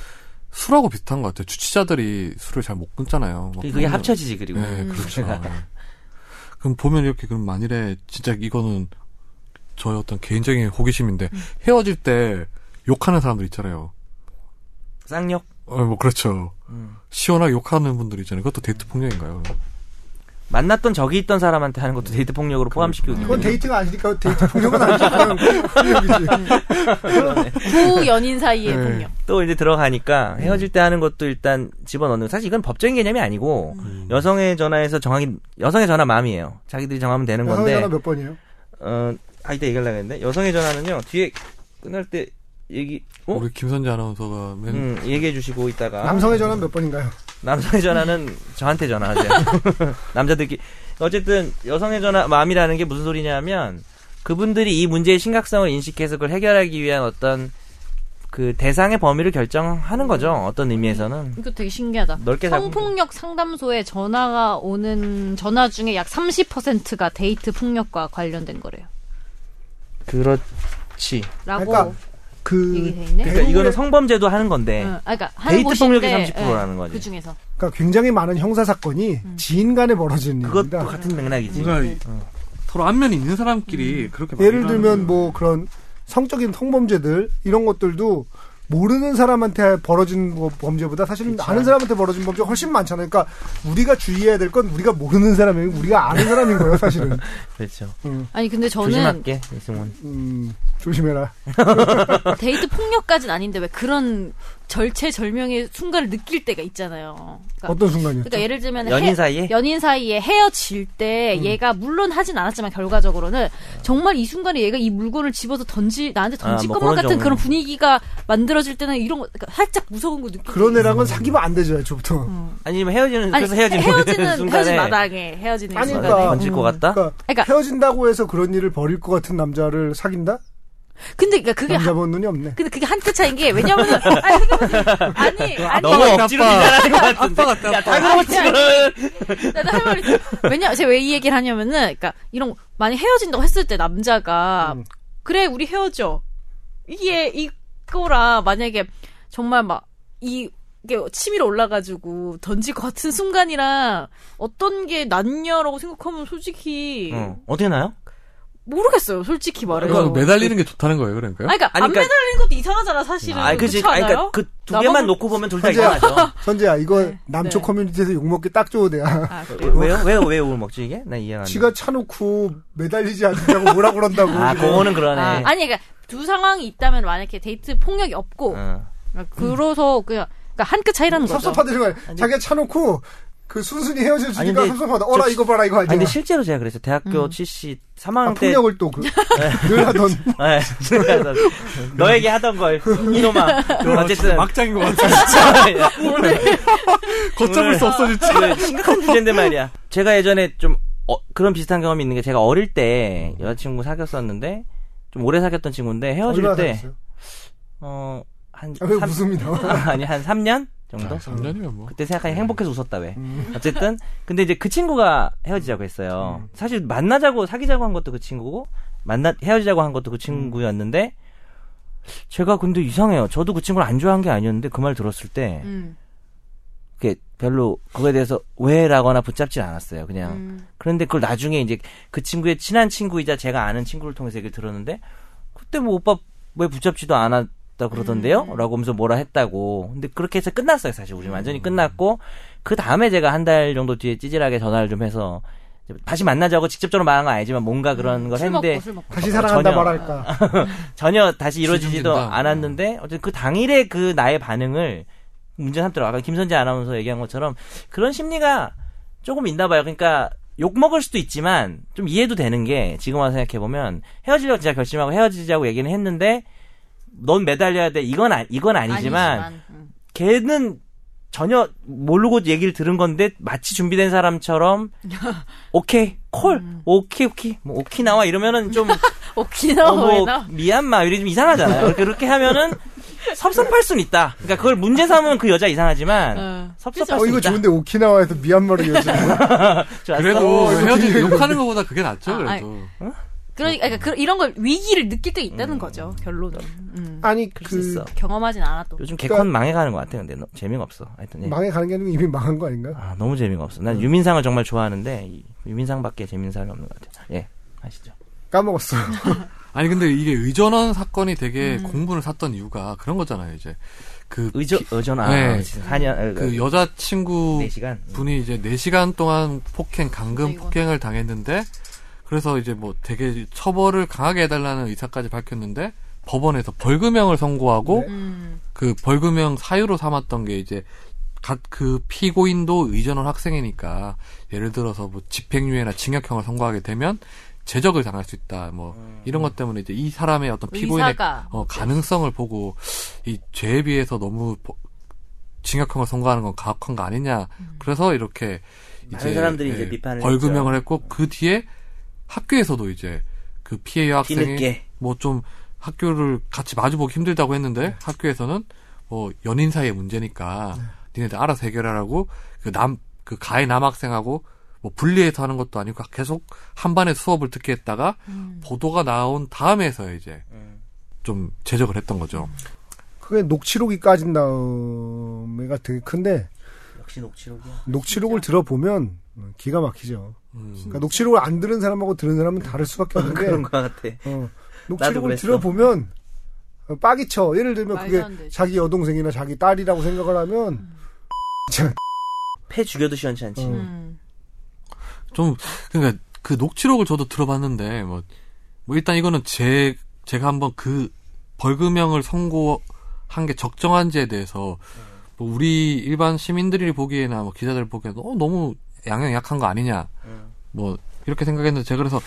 S1: 술하고 비슷한 것 같아요. 주치자들이 술을 잘 못 끊잖아요. 막
S2: 뭐, 그게
S1: 보면-
S2: 합쳐지지 그리고
S1: 네,
S4: 음.
S1: 그렇죠. 예. 그럼 보면 이렇게 그럼 만일에 진짜 이거는 저의 어떤 개인적인 호기심인데
S2: 음.
S1: 헤어질 때 욕하는 사람들 있잖아요.
S2: 쌍욕
S1: 어, 뭐 그렇죠.
S2: 음.
S1: 시원하게 욕하는 분들 있잖아요. 그것도 데이트 폭력인가요?
S2: 만났던 적이 있던 사람한테 하는 것도 데이트 폭력으로 포함시키고
S4: 음.
S2: 있기
S3: 그건
S2: 때문에.
S3: 데이트가 아니니까 데이트 폭력은 아니죠. 그냥
S2: *laughs*
S3: 폭력이지.
S4: 구 연인 사이의
S1: 네.
S4: 폭력.
S2: 또 이제
S3: 음.
S2: 들어가니까 헤어질 때 하는 것도 일단 집어넣는 사실 이건 법적인 개념이 아니고
S3: 음.
S2: 여성의 전화에서 정하기 여성의 전화 마음이에요 자기들이 정하면 되는
S3: 여성 전화
S2: 건데
S3: 몇 번이에요?
S2: 어, 아 이따 얘기하려고 했는데 여성의 전화는요 뒤에 끝날 때 얘기 어?
S1: 우리 김선재 아나운서가 맨
S2: 음, 얘기해 주시고 있다가
S3: 남성의 전화 몇 번인가요?
S2: 남성의 전화는 저한테
S3: *laughs*
S2: 전화하세요. 남자들끼리. 어쨌든 여성의 전화 마음이라는 게 무슨 소리냐면 그분들이 이 문제의 심각성을 인식해서 그걸 해결하기 위한 어떤 그 대상의 범위를 결정하는 거죠. 어떤 의미에서는.
S4: 이거 되게 신기하다.
S2: 넓게 잡은
S4: 성폭력 상담소에 전화가 오는 전화 중에 약 30%가 데이트 폭력과 관련된 거래요.
S2: 그렇지.
S4: 라고.
S3: 그러니까 그
S4: 얘기돼 있네?
S2: 그러니까 이거는
S3: 대부분의-
S2: 성범죄도 하는 건데.
S4: 응, 아, 그러니까 하는
S2: 네. 데이트 폭력이
S4: 곳인데,
S2: 30%라는
S4: 예, 그
S2: 거지.
S4: 중에서.
S3: 그러니까 굉장히 많은 형사 사건이
S4: 음.
S3: 지인 간에 벌어지는
S2: 그것도
S3: 일입니다.
S2: 같은 맥락이지.
S1: 뭔가 서로 안면이 있는 사람끼리 그렇게
S3: 네. 음. 예를
S1: 말을
S3: 들면
S1: 하는
S3: 뭐 그런 성적인 성범죄들 이런 것들도 모르는 사람한테 벌어진 뭐 범죄보다 사실은 아는 사람한테 벌어진 범죄가 훨씬 많잖아요. 그러니까 우리가 주의해야 될 건 우리가 모르는 사람이고 우리가 아는 사람인 거예요, 사실은.
S2: 그렇죠.
S4: 아니, 근데 저는
S2: 조심할게, 이승훈.
S3: 음, 조심해라.
S4: 데이트 폭력까지는 아닌데 왜 그런 절체절명의 순간을 느낄 때가 있잖아요. 그러니까,
S3: 어떤 순간이었죠?
S4: 그러니까 예를 들면
S2: 연인 사이에?
S4: 연인 사이에 헤어질 때
S2: 음.
S4: 얘가 물론 하진 않았지만 결과적으로는 정말 이 순간에 얘가 이 물건을 집어서 던지 나한테 던질
S2: 아, 뭐
S4: 것만
S2: 그런
S4: 같은 그런
S2: 경우.
S4: 분위기가 만들어질 때는 이런 거 그러니까 음. 살짝 무서운 거 느끼고
S3: 그런 애랑은 사귀면 안 되죠, 애초부터.
S2: 아니면 헤어지는,
S4: 아니
S2: 그래서 헤어지는,
S4: 헤어지는 헤어진
S2: 순간에
S4: 마당에 헤어지는
S3: 아니,
S4: 순간에
S3: 그러니까.
S2: 던질 것 같다?
S3: 그러니까,
S4: 그러니까-
S3: 헤어진다고 해서 그런 일을 벌일 것 같은 남자를 사귄다?
S4: 근데 그러니까 그게 한,
S3: 남자본 눈이 없네.
S4: 근데 그게 한 끗 차인
S3: *laughs*
S4: 게 왜냐면은 아니 생각해보세요. 아니 아니
S2: 너무
S3: 그러니까.
S1: 아빠.
S2: 억지로 미안하는 것 같은데.
S1: 아빠 같다,
S2: 야,
S1: 아빠.
S2: 다 그러고 지금.
S4: 나도 할 말이 있어. 왜냐 제가 왜 이 얘기를 하냐면은 그러니까 이런 거 많이 헤어진다고 했을 때 남자가
S3: 음.
S4: 그래 우리 헤어져 이게 이거라 만약에 정말 막 이 이게 치밀어 올라가지고 던질 것 같은 순간이랑 어떤 게 낫냐라고 생각하면 솔직히
S2: 어, 어떻게 나요?
S4: 모르겠어요 솔직히 말해서
S1: 그러니까 매달리는 게 좋다는 거예요, 그러니까요?
S4: 아니, 그러니까
S2: 아니,
S4: 안
S2: 그러니까-
S4: 매달리는 것도 이상하잖아 사실은
S2: 아, 그지.
S4: 그렇지
S2: 그러니까
S4: 않아요?
S2: 그 두 개만
S4: 나만-
S2: 놓고 보면 둘 다
S3: 선재야.
S2: 이상하죠.
S4: *laughs*
S3: 선재야, 이거
S4: 네.
S3: 남초
S4: 네.
S3: 커뮤니티에서 욕먹기 딱 좋은 애야.
S4: 아, 그래요?
S2: 왜요? 왜요? 왜 욕을 먹지 이게? 나 이해가 안 돼.
S3: 지가 차놓고 매달리지 않는다고 뭐라 그런다고.
S2: 아, 그거는 그러네.
S4: 아, 아니 그러니까 두 상황이 있다면 만약에 데이트 폭력이
S3: 뭐.
S1: 네.
S4: 없고
S2: 어.
S4: 그러니까 그래서 그냥 그러니까 한 끗 차이라는 거죠.
S3: 섭섭하다 정말. 자기가 차놓고 그 순순히 헤어질
S2: 아니,
S3: 주니까
S2: 근데
S3: 섭섭하다. 어라
S2: 저-
S3: 이거 봐라 이거
S2: 아니
S3: 알잖아.
S2: 근데 실제로 제가 그랬어요.
S4: 음.
S2: 대학교 CC 3학년
S3: 아,
S2: 때
S3: 폭력을 또 늘 하던
S2: 네, 그래서 너에게 하던 걸 이놈아. 어쨌든
S1: 막장인 것 같아.
S2: *laughs* 오늘
S1: 네. 걷잡을 수 없어 진짜.
S2: 지금 심각한 주제인데 말이야. 제가 예전에 좀 어, 그런 비슷한 경험이 있는 게 제가 어릴 때 여자친구 사귀었었는데 좀 오래 사귀었던 친구인데 *laughs* 헤어질
S3: 얼마나
S2: 때
S3: 사귀었어요?
S2: 어, 한
S3: 아, 왜
S2: 삼-
S3: 웃습니다.
S2: *laughs* 아니 한 3년 정도?
S1: 3년이면 뭐.
S2: 그때 생각하니 행복해서 웃었다 왜.
S3: 음.
S2: 어쨌든 근데 이제 그 친구가 헤어지자고 했어요.
S3: 음.
S2: 사실
S3: 음.
S2: 만나자고 사귀자고 한 것도 그 친구고 만나 헤어지자고 한 것도 그 친구였는데 제가 근데 이상해요. 저도 그 친구를 안 좋아한 게 아니었는데 그 말 들었을 때
S4: 음.
S2: 그게 별로 그거에 대해서 왜라거나 붙잡진 않았어요. 그냥
S4: 음.
S2: 그런데 그걸 나중에 이제 그 친구의 친한 친구이자 제가 아는 친구를 통해서 얘기를 들었는데 그때 뭐 오빠 왜 붙잡지도 않았다 그러던데요?
S4: 음.
S2: 라고 하면서 뭐라 했다고. 근데 그렇게 해서 끝났어요. 사실 우리
S4: 음.
S2: 완전히 끝났고 그 다음에 제가 한 달 정도 뒤에 찌질하게 전화를 좀 해서 이제 다시 만나자고 직접적으로 말한 건 아니지만 뭔가 그런 걸
S4: 음. 술
S2: 했는데
S4: 먹고 술 먹고.
S3: 다시 사랑한다
S2: 전혀.
S3: 말할까. 어,
S2: 전혀 다시 이루어지지도
S1: 지중진다.
S2: 않았는데 어쨌든 그 당일의 그 나의 반응을 문제 삼더라고 아까 김선재 아나운서 얘기한 것처럼 그런 심리가 조금 있나 봐요 그러니까 욕 먹을 수도 있지만 좀 이해도 되는 게 지금 와서 생각해 보면 헤어지려고 진짜 결심하고 헤어지자고 얘기는 했는데 넌 매달려야 돼 이건 아, 이건 아니지만
S4: 음.
S2: 걔는 전혀 모르고 얘기를 들은 건데 마치 준비된 *laughs* 사람처럼 오케이 콜 오케이 오케이 뭐 오키 나와 이러면은 *laughs* 좀
S4: 오키나와
S2: 어,
S4: 왜
S2: 뭐,
S4: 나?
S2: 미얀마 이런 좀 이상하잖아요. 그렇게, 그렇게 하면은 섭섭할 순 있다. 그러니까 그걸 문제 삼으면 그 여자 이상하지만
S4: 어.
S2: 섭섭할
S3: 어
S2: 수
S3: 이거
S2: 있다.
S3: 좋은데 오키나와에서 미얀마로
S2: *laughs*
S3: 이어지는 거.
S2: 좋았어.
S1: 그래도
S3: 이거
S1: 뭐 헤어진
S3: 되게-
S1: 욕하는 것보다 그게 낫죠
S4: 아, 아니,
S1: 그래도.
S4: 그러니까, 그러니까 그- 이런 걸 위기를 느낄 때 있다는 거죠. 결론은 음.
S3: 아니
S2: 그럴 수
S3: 그
S2: 있어.
S4: 경험하진 않아도.
S2: 요즘 개콘 망해가는 것 같아. 근데 너- 재미가 없어. 하여튼 예.
S3: 망해가는 게 아니고 이미 망한 거 아닌가?
S2: 아, 너무 재미가 없어.
S1: 음.
S2: 난 유민상을 정말 좋아하는데 이- 유민상밖에 재밌는 사람이 없는 것 같아. 예, 아시죠?
S3: 까먹었어.
S1: 아니 근데 이게 의전원 사건이 되게 공분을 샀던 이유가 그런 거잖아요 이제 그
S2: 의전
S1: 비-
S2: 의전 아
S1: 네.
S2: 4년
S1: 그 여자친구
S2: 4시간 음.
S1: 분이 이제 4시간 동안 폭행, 강금
S4: 아이고.
S1: 폭행을 당했는데, 그래서 이제 뭐 되게 처벌을 강하게 해달라는 의사까지 밝혔는데, 법원에서 벌금형을 선고하고,
S4: 음.
S1: 그 벌금형 사유로 삼았던 게 이제, 각 그 피고인도 의전원 학생이니까, 예를 들어서 뭐 집행유예나 징역형을 선고하게 되면, 제적을 당할 수 있다. 뭐 이런 것 때문에 이제 이 사람의 어떤
S2: 뭐
S1: 피고인의
S4: 의사가.
S1: 어, 가능성을 보고 이 죄에 비해서 너무 보- 징역형을 선고하는 건 가혹한 거 아니냐. 그래서 이렇게 예,
S2: 많은 사람들이 이제 비판을
S1: 벌금형을 했고 그 뒤에 학교에서도 이제 그 피해 여학생이
S2: 뒤늦게.
S1: 뭐 좀 학교를 같이 마주보기 힘들다고 했는데 학교에서는 뭐 연인 사이의 문제니까 니네들 알아서 해결하라고 그 남 그 가해 남학생하고 뭐 분리해서 하는 것도 아니고 계속 한 반에 수업을 듣게 했다가 보도가 나온 다음에서 이제 좀 제적을 했던 거죠.
S3: 그게 녹취록이 까진 다음에가 되게 큰데
S2: 역시 녹취록이야.
S3: 녹취록을 들어보면 기가 막히죠.
S1: 음.
S3: 그러니까 녹취록을 안 들은 사람하고 들은 사람은 다를 수밖에
S1: 네.
S2: 그런 것
S3: 없는데
S2: 같아.
S3: 어,
S2: 나도
S3: 녹취록을
S2: 그랬어.
S3: 들어보면 어, 빠기쳐. 예를 들면
S4: 말도 안
S3: 그게
S4: 되지.
S3: 자기 여동생이나 자기 딸이라고 생각을 하면
S2: 패 죽여도 시원치
S1: 어,
S2: 않지.
S3: 음.
S4: 음.
S1: 좀 그러니까 그 녹취록을 저도 들어봤는데 뭐, 뭐 일단 이거는 제 제가 한번 그 벌금형을 선고한 게 적정한지에 대해서 뭐 우리 일반 시민들이 보기에나 뭐 기자들 보기에도 어, 너무 양형 약한 거 아니냐
S3: 네.
S1: 뭐 이렇게 생각했는데 제가 그래서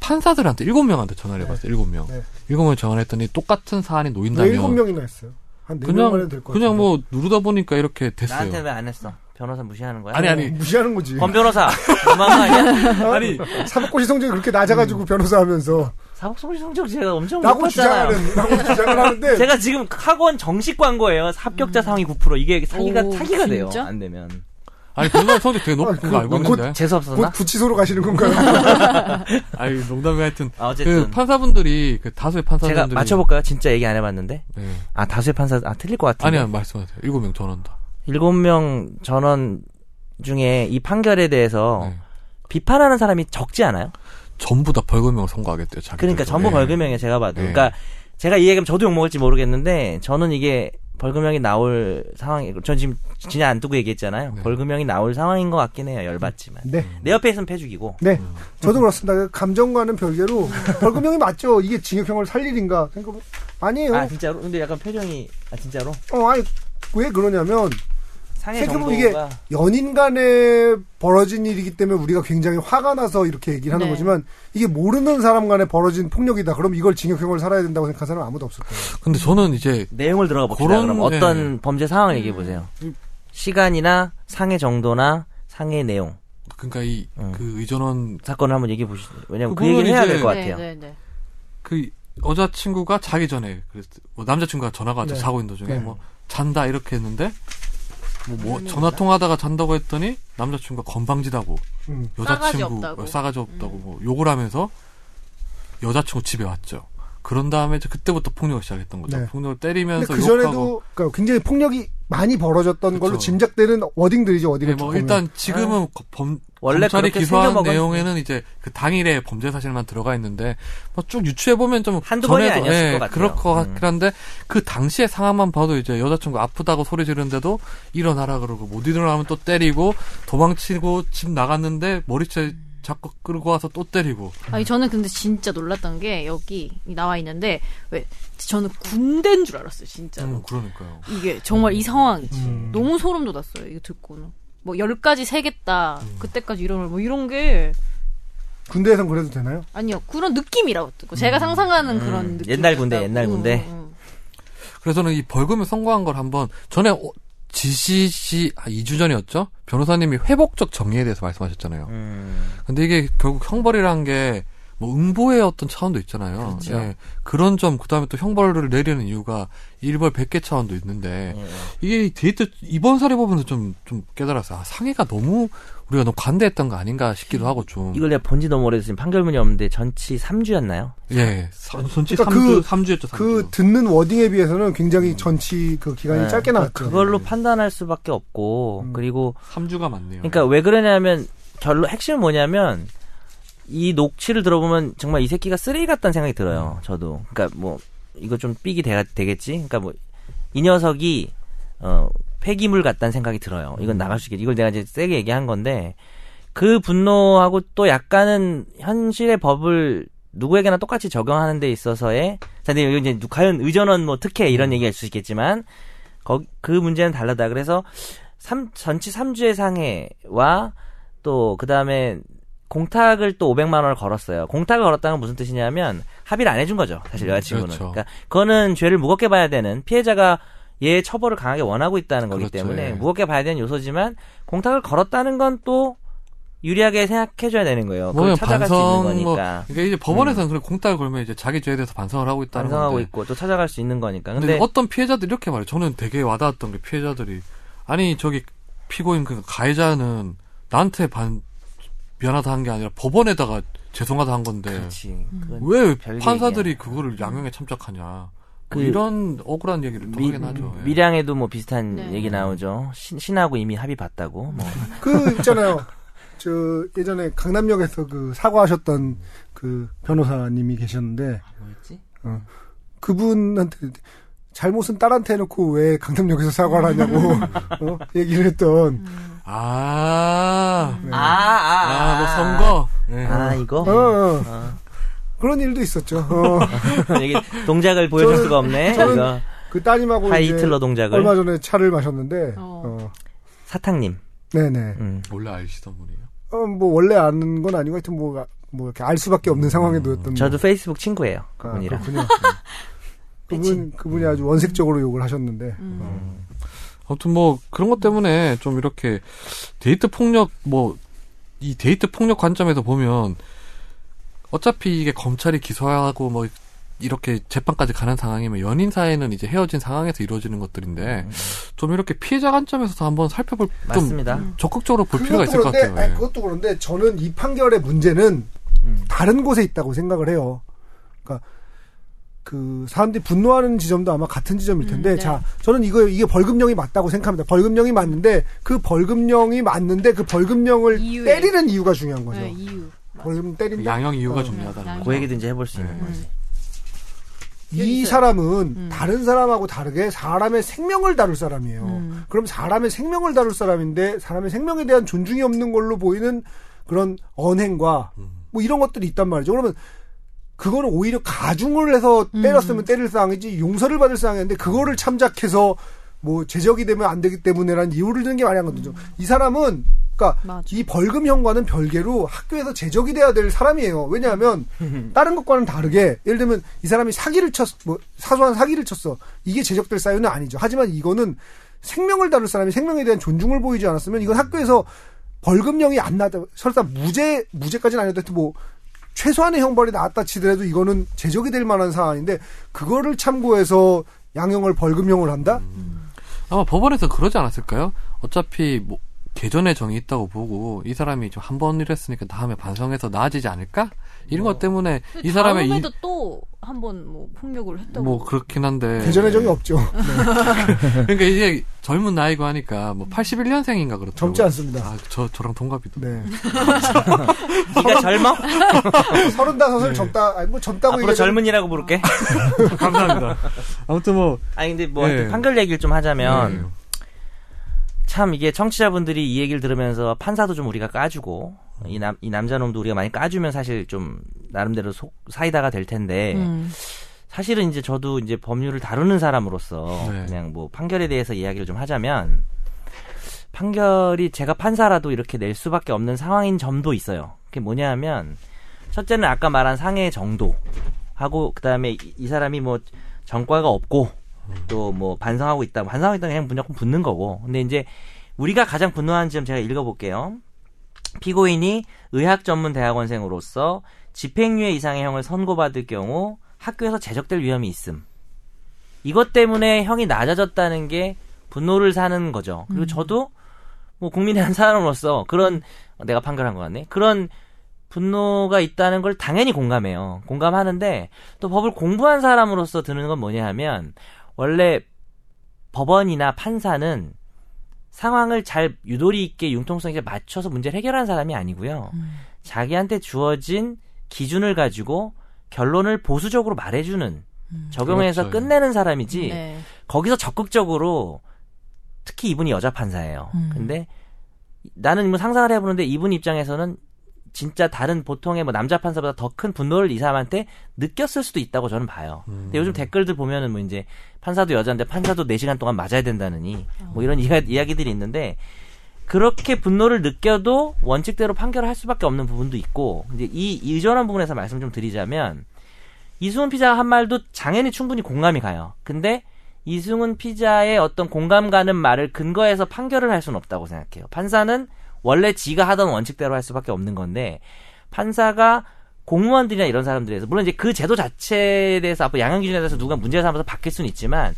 S1: 판사들한테 일곱 명한테 전화를 해봤어요 일곱 명
S3: 네.
S1: 일곱 명 전화했더니 똑같은 사안이
S3: 왜 일곱
S1: 노인다면
S3: 명이나 했어요? 한네 명만 해도
S1: 그냥
S3: 될것 같아요.
S1: 그냥 뭐 누르다 보니까 이렇게 됐어요.
S2: 나한테 왜 안 했어? 변호사 무시하는 거야?
S1: 아니 아니
S3: 어, 무시하는 거지.
S2: 권 변호사 *laughs* 도망가 아니야?
S1: 아니
S3: 사법고시 성적이 그렇게 낮아가지고 변호사하면서
S2: 사법소리 성적 제가 엄청
S3: 라고
S2: 높았잖아요.
S3: 주장하는 라고 주장을 하는데
S2: 음, 제가 지금 학원 정식 광고예요. 합격자 상위 9% 이게 사기가
S4: 음. 오,
S2: 사기가 돼요.
S4: 진짜?
S2: 안 되면 음,
S1: 아니 변호사 성적 되게 높은 거 알고
S3: 그- 곧
S1: 있는데
S2: 재수
S3: 곧
S2: 없었나?
S3: 구치소로 가시는 건가요?
S1: 아니 농담이 하여튼
S2: 아, 어쨌든
S1: 그 판사분들이 그 다수의
S2: 제가
S1: 판사분들이
S2: 맞춰볼까요? 진짜 얘기 안 해봤는데
S1: 네.
S2: 아 다수의 판사 아 틀릴 것 같은데
S1: 아니야 말씀하세요. 일곱 명 전원다.
S2: 일곱 명 전원 중에 이 판결에 대해서
S1: 네.
S2: 비판하는 사람이 적지 않아요?
S1: 전부 다 벌금형 선고하겠대요. 예. 자기들.
S2: 그러니까 전부 벌금형이에요, 제가 봐도.
S1: 네.
S2: 그러니까 제가 이 얘기하면 저도 욕먹을지 모르겠는데 저는 이게 벌금형이 나올 상황이 전 지금 진짜 안 두고 얘기했잖아요.
S1: 네. 음. 벌금형이
S2: 벌금형이 나올 상황인 것 같긴 해요. 열받지만.
S3: 네.
S2: 내 옆에 있으면 패죽이고.
S3: 네. 저도 그렇습니다. 그 감정과는 별개로 벌금형이 맞죠. 이게 징역형을 살 일인가? 그러니까 뭐, 아니에요.
S2: 아 진짜로? 근데 약간 표정이 아 진짜로?
S3: 어, 아니 왜 그러냐면
S2: 상해
S3: 생각해보면
S2: 정도가
S3: 이게 연인 간에 벌어진 일이기 때문에 우리가 굉장히 화가 나서 이렇게 얘기를 하는
S4: 네.
S3: 거지만 이게 모르는 사람 간에 벌어진 폭력이다. 그럼 이걸 징역형을 살아야 된다고 생각하는 사람은 아무도 없을 거예요.
S1: 근데 저는 이제
S2: 내용을 들어가 봅시다.
S1: 그런- 네. 음.
S2: 그럼 어떤 범죄 상황을 얘기해 보세요. 시간이나 상해 정도나 상해 내용
S1: 그러니까 이 그
S2: 음.
S1: 의전원
S2: 사건을 한번 얘기해 보시죠. 왜냐면 그
S1: 그거는
S2: 얘기를 해야
S1: 이제-
S2: 될 것
S4: 네,
S2: 같아요.
S4: 네, 네.
S1: 그 여자 친구가 자기 전에 그랬 뭐 남자 친구가 전화가 왔죠.
S3: 네.
S1: 자고 있는 도중에
S3: 네.
S1: 뭐 잔다 이렇게 했는데 뭐, 뭐 전화 통화하다가 잔다고 했더니 남자 친구가 건방지다고
S3: 음.
S1: 여자
S4: 싸가지
S1: 친구 어,
S4: 없다고. 음.
S1: 싸가지 없다고 뭐 욕을 하면서 여자 친구 집에 왔죠. 그런 다음에 이제 그때부터 폭력을 시작했던 거죠.
S3: 네.
S1: 폭력을
S3: 근데
S1: 때리면서
S3: 그
S1: 욕하고.
S3: 전에도 그러니까 굉장히 폭력이 많이 벌어졌던 걸로
S1: 그쵸.
S3: 짐작되는 워딩들이죠
S1: 네,
S3: 워딩을
S1: 뭐
S3: 보면.
S1: 일단 지금은 거- 범
S2: 아. 원래
S1: 검찰이
S2: 그렇게
S1: 기소한
S2: 생겨먹은-
S1: 내용에는 이제 그 당일에 범죄 사실만 들어가 있는데 뭐 쭉 유추해 보면 좀
S2: 한두 번이
S1: 전에도
S2: 아니었을
S1: 예,
S2: 것 같아요.
S1: 그럴 것
S2: 음.
S1: 같긴 한데 그 당시의 상황만 봐도 이제 여자친구 아프다고 소리 지르는데도 일어나라 그러고 못 일어나면 또 때리고 도망치고 집 나갔는데 머리채 자꾸 끌고 와서 또 때리고
S4: 아니 저는 근데 진짜 놀랐던 게 여기 나와 있는데 왜 저는 군대인 줄 알았어요 진짜로
S1: 음, 그러니까요.
S4: 이게 정말 이 상황이지
S3: 음.
S4: 너무 소름 돋았어요 이거 듣고는 뭐 열가지 세겠다
S1: 음.
S4: 그때까지 이런 뭐 이런 게
S3: 군대에선 그래도 되나요?
S4: 아니요 그런 느낌이라고 듣고 제가 상상하는 그런 음,
S2: 음,
S4: 느낌
S2: 옛날 군대, 옛날 군대.
S1: 그래서는 이 벌금을 선고한 걸 한번 전에 어, 지시 씨 아, 2주 전이었죠? 변호사님이 회복적 정의에 대해서 말씀하셨잖아요.
S2: 음.
S1: 근데 이게 결국 형벌이란 게 뭐 응보의 어떤 차원도 있잖아요.
S2: 그렇죠.
S1: 예. 그런 점 그다음에 또 형벌을 내리는 이유가 일벌 100개 차원도 있는데
S2: 예.
S1: 이게 데이트 이번 사례 보면서 좀 좀 깨달았어요. 아, 상해가 너무 우리가 너무 관대했던 거 아닌가 싶기도 하고 좀.
S2: 이걸 내가 본지 너무 오래돼서 지금 판결문이 없는데 전치 3주였나요?
S1: 예. 선- 전치
S3: 그러니까
S1: 삼
S3: 그-
S1: 주삼주였죠
S3: 그
S1: 삼주
S3: 듣는 워딩에 비해서는
S1: 음.
S3: 굉장히 전치 그
S1: 네.
S3: 기간이 짧게 나왔죠.
S2: 그러니까
S3: 네.
S2: 그걸로 판단할 수밖에 없고
S3: 음.
S2: 그리고
S1: 삼주가 맞네요.
S2: 그러니까 왜 그러냐면 결론 핵심은 뭐냐면 이 녹취를 들어보면 정말 이 새끼가 쓰레기 같다는 생각이 들어요.
S3: 음.
S2: 저도. 그러니까 뭐 이거 좀 삑이 되, 되겠지. 그러니까 뭐 이 녀석이 어 폐기물 같다는 생각이 들어요.
S3: 음.
S2: 이건 나갈 수 있겠. 이걸 내가 이제 세게 얘기한 건데 그 분노하고 또 약간은 현실의 법을 누구에게나 똑같이 적용하는 데 있어서의 자, 근데 이건 이제 과연 의전원 뭐 특혜
S1: 음.
S2: 이런 얘기할 수 있겠지만 거, 그 문제는 달라다. 그래서 삼, 전치 3주의 상해와 또 그다음에 공탁을 또 500만 원을 걸었어요. 공탁을 걸었다는 건 무슨 뜻이냐면 합의를 안 해준 거죠. 사실 여자친구는.
S1: 그렇죠.
S2: 그러니까 그거는 죄를 무겁게 봐야 되는 피해자가 얘의 처벌을 강하게 원하고 있다는 거기
S1: 그렇죠,
S2: 때문에
S1: 예.
S2: 무겁게 봐야 되는 요소지만 공탁을 걸었다는 건 또 유리하게 생각해줘야 되는 거예요. 그걸
S1: 뭐냐면
S2: 찾아갈 수
S1: 반성
S2: 있는
S1: 뭐
S2: 거니까. 음.
S1: 그러니까 이제 법원에서는 그런 공탁을 걸면 이제 자기 죄에 대해서 반성을 하고 있다는
S2: 반성하고
S1: 건데.
S2: 있고 또 찾아갈 수 있는 거니까.
S1: 근데
S2: 근데
S1: 어떤 피해자들이 이렇게 말해요. 저는 되게 와닿았던 게 피해자들이 아니 저기 피고인 그 가해자는 나한테 반 미안하다 한 게 아니라 법원에다가 죄송하다 한 건데
S2: 그렇지. 그건
S1: 음. 왜
S2: 별개
S1: 판사들이
S2: 얘기야.
S1: 그거를 양형에 참작하냐.
S2: 그-
S1: 뭐 이런 억울한 얘기를 또
S2: 미,
S1: 하긴 하죠. 예.
S2: 미량에도 뭐 비슷한
S4: 네.
S2: 얘기 나오죠. 신, 신하고 이미 합의 봤다고. 뭐.
S3: 그 있잖아요. 저 예전에 강남역에서 그 사과하셨던 그 변호사님이 계셨는데
S2: 뭐였지?
S3: 그분한테 잘못은 딸한테 해놓고 왜 강남역에서 사과를
S2: *laughs*
S3: 하냐고 어? 얘기를 했던
S2: 음.
S1: 예. 아,
S3: 네.
S2: 아, 아,
S1: 아, 뭐 선거. 예.
S2: 아, 이거? *laughs*
S3: 어, 어.
S2: 아.
S3: 그런 일도 있었죠. 어.
S2: 여기 동작을 보여줄
S3: 저는-
S2: 수가 없네.
S3: 저는
S2: 이거.
S3: 그
S1: 뭐
S3: 따님하고
S2: 하이
S3: 이제
S2: 히틀러 동작을.
S3: 얼마 전에 차를 마셨는데
S4: 어.
S3: 어.
S2: 사탕님.
S3: 네네
S2: 음.
S1: 원래 알시던 분이에요.
S3: 어, 뭐 원래 아는 건 아니고 하여튼 뭐, 아- 뭐 이렇게 알 수밖에 없는 상황에
S1: 음.
S3: 놓였던
S2: 음, 저도 페이스북 친구예요.
S3: 아,
S2: 그분이랑.
S3: 그렇군요.
S2: *laughs*
S3: 그분 그분이 아주 원색적으로 욕을 하셨는데
S4: 음.
S1: 음, 아무튼 뭐 그런 것 때문에 좀 이렇게 데이트 폭력 뭐 이 데이트 폭력 관점에서 보면 어차피 이게 검찰이 기소하고 뭐 이렇게 재판까지 가는 상황이면 연인 사이는 이제 헤어진 상황에서 이루어지는
S3: 음.
S1: 것들인데 좀 이렇게 피해자 관점에서도 한번 살펴볼 좀 음.
S2: 맞습니다.
S1: 적극적으로 볼
S3: 그것도
S1: 필요가 있을
S3: 그런데,
S1: 것 같아요.
S3: 아니,
S1: 예.
S3: 그것도 그런데 저는 이 판결의 문제는
S2: 음.
S3: 다른 곳에 있다고 생각을 해요. 그러니까 그 사람들이 분노하는 지점도 아마 같은 지점일 텐데
S4: 음, 네.
S3: 자 저는 이거 이게 벌금형이 맞다고 생각합니다. 벌금형이 맞는데 그 벌금형이 맞는데 그 벌금형을
S4: 이유에.
S3: 때리는 이유가 중요한 거죠.
S4: 네, 이유
S3: 벌금 때린다.
S1: 양형 이유가
S3: 어.
S1: 중요하다는
S4: 양형.
S1: 거죠.
S2: 그 얘기든지 해볼 수 있는
S1: 네.
S2: 거지.
S3: 이
S4: 있어요.
S3: 사람은 다른 사람하고 다르게 사람의 생명을 다룰 사람이에요.
S4: 음.
S3: 그럼 사람의 생명을 다룰 사람인데 사람의 생명에 대한 존중이 없는 걸로 보이는 그런 언행과 뭐 이런 것들이 있단 말이죠. 그러면 그거는 오히려 가중을 해서 때렸으면 때릴 상황이지 용서를 받을 상황인데 그거를 참작해서 뭐 제적이 되면 안 되기 때문에라는 이유를 드는 게 말이 안 거든요. 이 사람은 그러니까
S4: 맞아.
S3: 이 벌금형과는 별개로 학교에서 제적이 돼야 될 사람이에요. 왜냐하면 다른 것과는 다르게 예를 들면 이 사람이 사기를 쳤, 뭐 사소한 사기를 쳤어. 이게 제적될 사유는 아니죠. 하지만 이거는 생명을 다룰 사람이 생명에 대한 존중을 보이지 않았으면 이건 학교에서 벌금형이 안 나다. 설사 무죄 무죄까지는 아니어도 하여튼 뭐 최소한의 형벌이 나왔다 치더라도 이거는 제적이 될 만한 사안인데 그거를 참고해서 양형을 벌금형을 한다?
S1: 아마 법원에서 그러지 않았을까요? 어차피 뭐 개전의 정이 있다고 보고 이 사람이 좀 한 번 이랬으니까 다음에 반성해서 나아지지 않을까? 이런 것 때문에 이 사람의 이,
S4: 다음에도 또한번뭐 폭력을 했다고.
S1: 뭐 그렇긴 한데
S3: 대전의 적이 없죠.
S1: 그러니까 이제 젊은 나이고 하니까 뭐 81년생인가 그렇더라고요.
S3: 젊지 않습니다.
S1: 아, 저 저랑 동갑이다.
S3: 네.
S2: 네가 젊어?
S3: 서른다섯을 젊다, 아니 뭐 젊다고
S2: 네. 앞으로
S3: 얘기하면
S2: 젊은이라고 부를게.
S1: *laughs* 감사합니다. 아무튼 뭐
S2: 아니 근데 뭐
S1: 네.
S2: 하여튼 판결 얘기를 좀 하자면
S1: 네.
S2: 참 이게 청취자분들이 이 얘기를 들으면서 판사도 좀 우리가 까주고 이 남 이 남자놈도 우리가 많이 까주면 사실 좀 나름대로 속 사이다가 될 텐데
S4: 음.
S2: 사실은 이제 저도 이제 법률을 다루는 사람으로서
S1: 네.
S2: 그냥 뭐 판결에 대해서 이야기를 좀 하자면 판결이 제가 판사라도 이렇게 낼 수밖에 없는 상황인 점도 있어요. 그게 뭐냐 하면 첫째는 아까 말한 상해 정도 하고 그다음에 이, 이 사람이 뭐 전과가 없고 또 뭐 반성하고 있다. 반성하고 있다 그냥 무조건 붙는 거고. 근데 이제 우리가 가장 분노하는 지점 제가 읽어 볼게요. 피고인이 의학 전문 대학원생으로서 집행유예 이상의 형을 선고받을 경우 학교에서 제적될 위험이 있음. 이것 때문에 형이 낮아졌다는 게 분노를 사는 거죠. 그리고 저도 뭐 국민의 한 *laughs* 사람으로서 그런 어, 내가 판결한 것 같네. 그런 분노가 있다는 걸 당연히 공감해요. 공감하는데 또 법을 공부한 사람으로서 드는 건 뭐냐 하면 원래 법원이나 판사는 상황을 잘 유도리 있게 융통성 있게 맞춰서 문제를 해결한 사람이 아니고요. 자기한테 주어진 기준을 가지고 결론을 보수적으로 말해주는 적용해서
S1: 그렇죠.
S2: 끝내는 사람이지
S4: 네.
S2: 거기서 적극적으로 특히 이분이 여자 판사예요.
S4: 음.
S2: 근데 나는 뭐 상상을 해보는데 이분 입장에서는 진짜 다른 보통의 뭐 남자 판사보다 더 큰 분노를 이 사람한테 느꼈을 수도 있다고 저는 봐요. 근데 요즘 댓글들 보면은 뭐 이제 판사도 여자인데 판사도 4시간 동안 맞아야 된다느니 뭐 이런 이야, 이야기들이 있는데 그렇게 분노를 느껴도 원칙대로 판결을 할 수밖에 없는 부분도 있고 이제 이 의존한 부분에서 말씀 좀 드리자면 이승훈 피자 한 말도 당연히 충분히 공감이 가요. 근데 이승훈 피자의 어떤 공감 가는 말을 근거해서 판결을 할 수는 없다고 생각해요. 판사는 원래 지가 하던 원칙대로 할 수밖에 없는 건데 판사가 공무원들이나 이런 사람들에서 물론 이제 그 제도 자체에 대해서 앞으로 양형 기준에 대해서 누가 문제 삼아서 바뀔 수는 있지만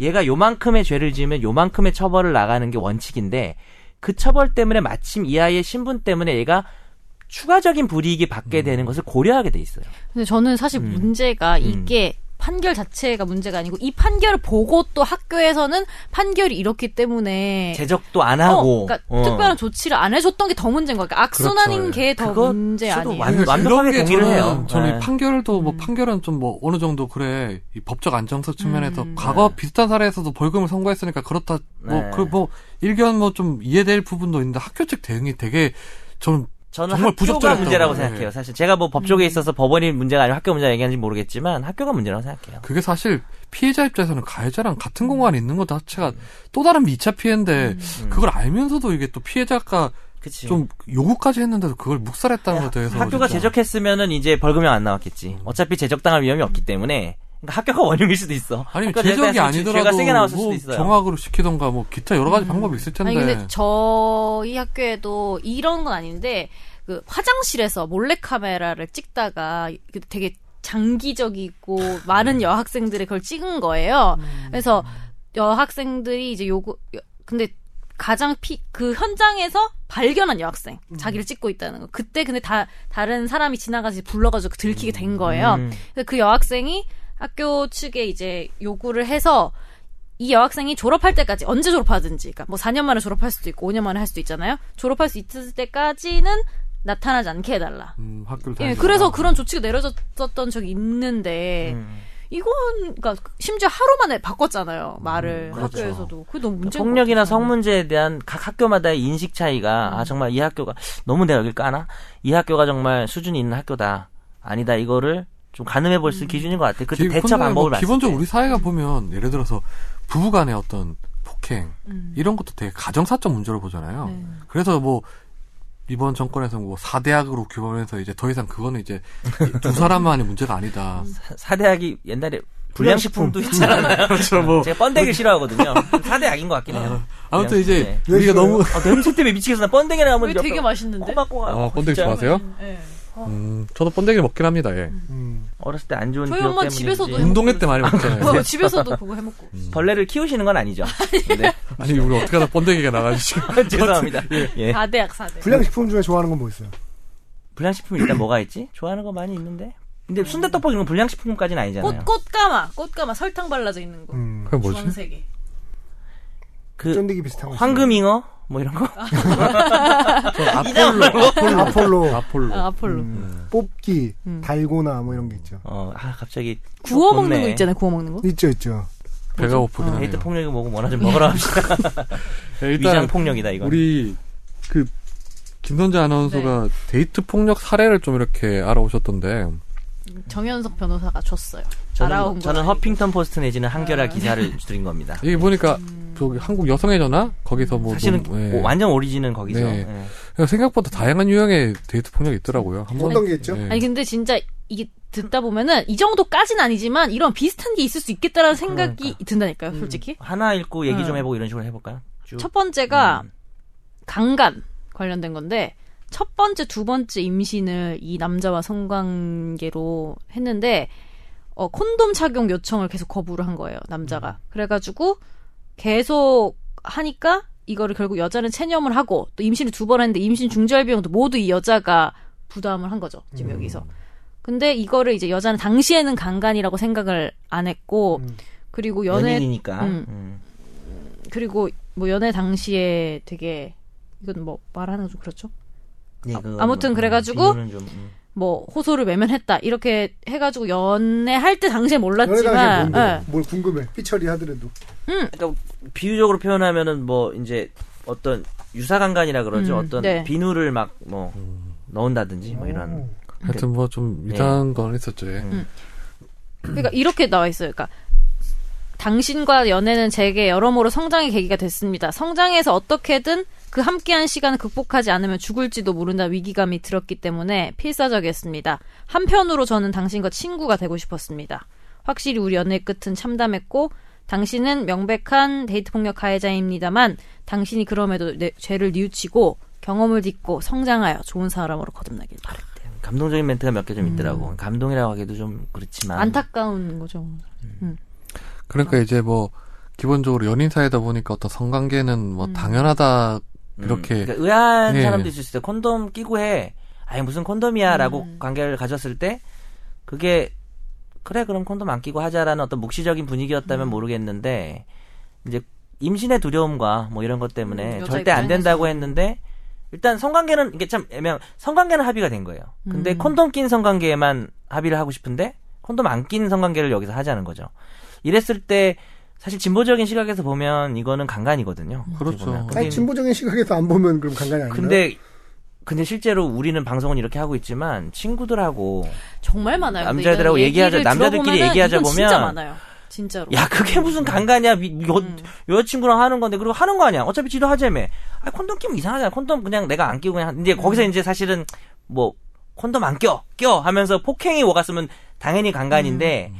S2: 얘가 요만큼의 죄를 지으면 요만큼의 처벌을 나가는 게 원칙인데 그 처벌 때문에 마침 이 아이의 신분 때문에 얘가 추가적인 불이익이 받게 되는 것을 고려하게 돼 있어요.
S4: 근데 저는 사실
S2: 음.
S4: 문제가 이게 판결 자체가 문제가 아니고 이 판결을 보고 또 학교에서는 판결이 이렇기 때문에
S2: 제적도 안
S4: 어,
S2: 하고
S4: 그러니까
S2: 어.
S4: 특별한 조치를 안 해줬던 게 더 문제인 거야. 그러니까 악순환인
S1: 그렇죠.
S4: 게 더
S2: 그거
S4: 문제
S2: 저도
S4: 아니에요.
S2: 완- 완벽하게
S1: 그러니까 이런 게
S2: 동의를
S1: 저는-
S2: 해요.
S1: 저는
S2: 네.
S1: 이 판결도 뭐 판결은 좀 뭐 어느 정도 그래 이 법적 안정성 측면에서
S4: 음.
S1: 과거 비슷한 사례에서도 벌금을 선고했으니까 그렇다 뭐
S2: 네.
S1: 그 뭐 일견 뭐 좀 이해될 부분도 있는데 학교 측 대응이 되게 저는
S2: 저는
S1: 정말
S2: 학교가
S1: 부적절했다고
S2: 문제라고
S1: 생각해요.
S2: 생각해요. 사실 제가 뭐 법
S4: 음.
S2: 쪽에 있어서 법원이 문제가 아니라 학교 문제 얘기하는지 모르겠지만 학교가 문제라고 생각해요.
S1: 그게 사실 피해자 입장에서는 가해자랑
S2: 음.
S1: 같은 공간에 있는 것 자체가 또 다른 2차 피해인데 그걸 알면서도 이게 또 피해자가
S2: 음. 그치.
S1: 좀 요구까지 했는데도 그걸 묵살했다는 것에 대해서 그렇죠. 음.
S2: 학교가
S1: 진짜.
S2: 제적했으면은 이제 벌금형 안 나왔겠지. 어차피 제적당할 위험이 없기 때문에 그러니까 학교가 *laughs* 원흉일 수도 있어.
S1: 아니
S2: 학교가
S1: 제적이
S2: 제적당했으면 죄가
S1: 아니더라도
S2: 세게 나왔을 수도
S1: 뭐
S2: 있어요. 음.
S1: 경악으로 시키던가 뭐 기타 여러 가지 방법이 있을 텐데
S4: 아니 근데 저희 학교에도 이런 건 아닌데 그 화장실에서 몰래 카메라를 찍다가 그 되게 장기적이고 많은 여학생들이 그걸 찍은 거예요. 그래서 여학생들이 이제 요구 근데 가장 피, 그 현장에서 발견한 여학생 자기를 찍고 있다는 거. 그때 근데 다 다른 사람이 지나가서 이제 불러가지고 들키게 된 거예요.
S2: 음.
S4: 그래서 그 여학생이 학교 측에 이제 요구를 해서 이 여학생이 졸업할 때까지 언제 졸업하든지, 그러니까 뭐 4년 만에 졸업할 수도 있고 5년 만에 할 수도 있잖아요. 졸업할 수 있을 때까지는 나타나지 않게 해달라.
S1: 음, 학교를
S4: 예,
S1: 다니다가.
S4: 그래서 그런 조치가 내려졌던 적이 있는데
S2: 음.
S4: 이건 그러니까 심지어 하루 만에 바꿨잖아요 말을
S2: 그렇죠.
S4: 학교에서도 그게 너무 문제.
S2: 폭력이나 성문제에 대한 각 학교마다의 인식 차이가
S1: 음.
S2: 아 정말 이 학교가 너무 내가 여길 까나 이 학교가 정말 수준이 있는 학교다 아니다 이거를 좀 가늠해 볼 수 있는 기준인 것 같아. 그
S1: 음. 기- 근데
S2: 대처 방법을
S1: 뭐
S2: 봤을
S1: 기본적으로
S2: 때.
S1: 우리 사회가 보면 예를 들어서 부부간의 어떤 폭행 이런 것도 되게 가정사적 문제로 보잖아요.
S4: 네.
S1: 그래서 뭐 이번 정권에서 뭐 사대학으로 규범해서 이제 더 이상 그거는 이제 두 사람만의 문제가 아니다.
S2: 사대학이 옛날에 불량식품도 있잖아요.
S1: 그렇죠 뭐
S2: *laughs* 제가 번데기를 싫어하거든요. 사대약인 것 같긴 해요.
S1: 아무튼 이제
S2: 네.
S1: 우리가
S3: 왜
S1: 너무
S2: 아, 냄새 때문에 미치겠어. 나 번데기 나오면
S4: 왜 되게 맛있는데?
S2: 꼬박꼬박.
S1: 아, 번데기
S2: 진짜.
S1: 좋아하세요?
S4: 예.
S1: 음, 저도 번데기를 먹긴 합니다. 예.
S3: 음.
S2: 어렸을 때 안 좋은
S4: 저희
S2: 기억
S4: 엄마
S2: 때문에
S4: 집에서도
S2: 이제
S4: 음.
S1: 운동회 때 많이
S2: 네.
S1: 먹잖아요.
S4: 뭐 집에서도
S2: *laughs*
S4: 그거 해먹고.
S2: 벌레를 키우시는 건
S4: *laughs*
S2: 아니죠. 네.
S1: 아니 우리 어떻게
S2: *laughs*
S1: 하다 번데기가 나가지고 지금
S4: 아.
S2: 죄송합니다. 예.
S4: 사대학 사대.
S3: 불량식품 중에 좋아하는 건 뭐 있어요?
S2: 불량식품 일단 뭐가 있지? 좋아하는 거 많이 있는데. 근데 순대 떡볶이 이런 건 불량식품까지는 아니잖아요.
S4: 음. 꽃, 꽃가마, 꽃가마, 설탕 발라져 있는 거.
S3: 음.
S1: 그게 뭐지?
S4: 주황색에.
S2: 그
S3: 쫀득이 비슷한 거.
S2: 황금잉어 뭐 이런 거.
S1: 저 아폴로,
S3: 있어요.
S1: 아폴로,
S3: 음. 아폴로,
S1: 아폴로.
S4: 아, 아폴로.
S2: 네.
S3: 음, 뽑기,
S4: 음.
S3: 달고나 뭐 이런 게 있죠.
S2: 어, 아 갑자기
S4: 구워
S2: 덥네.
S4: 먹는 거 있잖아요, 구워 먹는 거.
S3: 있죠, 있죠.
S1: 배가 고프긴 하네요. 예,
S2: 데이트 폭력이 뭐고 뭐나 좀 먹으라 합시다.
S1: 야,
S2: 위장 폭력이다 이거.
S1: 우리 그 김선재
S4: 네.
S1: 아나운서가 데이트 폭력 사례를 좀 이렇게 알아오셨던데
S4: 정현석 변호사가 줬어요. 아. 알아온
S2: 저는,
S4: 거
S2: 저는
S4: 아니고.
S2: 허핑턴 포스트 내지는 한겨레 기사를 드린
S4: *laughs*
S2: 겁니다.
S1: 이게 보니까
S4: 음.
S1: 저기 한국 여성의 전화 거기서 뭐
S2: 사실은
S1: 좀, 예.
S2: 오- 완전 오리진은 거기서.
S1: 네.
S2: 예.
S1: 그러니까 생각보다 다양한 유형의 데이트 폭력이 있더라고요.
S2: 네.
S1: 한번
S3: 어떤 게 있죠?
S1: 예.
S4: 아니 근데 진짜 이게 듣다 보면은 이 정도까진 아니지만 이런 비슷한 게 있을 수 있겠다라는 생각이 든다니까요, 솔직히.
S2: 하나 읽고 얘기 좀
S4: 음.
S2: 해보고 이런 식으로 해볼까요? 쭉.
S4: 첫 번째가
S2: 음.
S4: 강간 관련된 건데 첫 번째, 두 번째 임신을 이 남자와 성관계로 했는데 어, 콘돔 착용 요청을 계속 거부를 한 거예요, 남자가. 그래가지고 계속 하니까 이거를 결국 여자는 체념을 하고 또 임신을 두 번 했는데 임신 중절 비용도 모두 이 여자가 부담을 한 거죠, 지금 여기서. 근데 이거를 이제 여자는 당시에는 강간이라고 생각을 안 했고
S3: 음.
S4: 그리고 연애
S2: 연인이니까.
S4: 음.
S2: 음.
S4: 그리고 뭐 연애 당시에 되게 이건 뭐 말하는 좀 그렇죠.
S2: 네, 그건
S4: 아무튼
S2: 뭐,
S4: 그래가지고
S2: 비교는 좀, 음.
S4: 뭐 호소를 외면했다 이렇게 해가지고 연애할 때 당시에
S3: 그 연애당시
S4: 몰랐지만
S3: 뭔데?
S4: 예.
S3: 뭘 궁금해? 피처리 하더라도.
S2: 그러니까 비유적으로 표현하면은 뭐 이제 어떤 유사간간이라 그러죠.
S4: 음,
S2: 어떤
S4: 네. 음.
S2: 비누를 막 뭐 넣은다든지 뭐 이런.
S1: 하여튼 뭐
S2: 네.
S1: 좀 이상한 건 있었죠.
S2: 음.
S1: 예.
S4: 그러니까 이렇게 나와 있어요. 그러니까 당신과 연애는 제게 여러모로 성장의 계기가 됐습니다. 성장해서 어떻게든 그 함께한 시간을 극복하지 않으면 죽을지도 모른다 위기감이 들었기 때문에 필사적이었습니다. 한편으로 저는 당신과 친구가 되고 싶었습니다. 확실히 우리 연애 끝은 참담했고 당신은 명백한 데이트 폭력 가해자입니다만 당신이 그럼에도 내 죄를 뉘우치고 경험을 딛고 성장하여 좋은 사람으로 거듭나길 바랬대요.
S2: 감동적인 멘트가 몇 개 좀 있더라고. 감동이라고 하기도 좀 그렇지만.
S4: 음. 안타까운 거죠.
S1: 그러니까 이제 뭐 기본적으로 연인 사이다 보니까 어떤 성관계는 뭐 당연하다
S2: 음.
S1: 이렇게
S2: 그러니까 의아한
S1: 예.
S2: 사람도 있을 수 있어요. 콘돔 끼고 해. 아니 무슨 콘돔이야라고
S4: 음.
S2: 관계를 가졌을 때 그게 그래 그럼 콘돔 안 끼고 하자라는 어떤 묵시적인
S4: 음.
S2: 분위기였다면 모르겠는데 이제 임신의 두려움과 뭐 이런 것 때문에
S4: 음, 여자
S2: 절대 안
S4: 입장에서는.
S2: 된다고 했는데 일단 성관계는 이게 참 애매한 성관계는 합의가 된 거예요. 근데
S4: 음.
S2: 콘돔 낀 성관계에만 합의를 하고 싶은데 콘돔 안 낀 성관계를 여기서 하자는 거죠. 이랬을 때 사실 진보적인 시각에서 보면 이거는 강간이거든요. 어떻게
S1: 그렇죠.
S2: 보면.
S1: 아니,
S3: 아니, 진보적인 시각에서 안 보면 그럼 간간이 아닌가?
S2: 근데 근데 실제로 우리는 방송은 이렇게 하고 있지만 친구들하고
S4: 정말 많아요. 근데
S2: 남자들하고
S4: 이런
S2: 얘기하자,
S4: 얘기를
S2: 남자들끼리
S4: 들어보면은
S2: 얘기하자
S4: 이건 진짜
S2: 보면
S4: 많아요. 진짜로. 음.
S2: 야 그게
S3: 음.
S2: 무슨 간간이야 미- 여, 여자친구랑 하는 건데 그리고 하는 거 아니야 어차피 지도 하자며 아 콘돔 끼면 이상하잖아 콘돔 그냥 내가 안 끼고 그냥
S3: 음.
S2: 이제 거기서 이제 사실은 뭐 콘돔 안 껴 껴 하면서 폭행이 오갔으면 당연히 간간인데
S3: 음.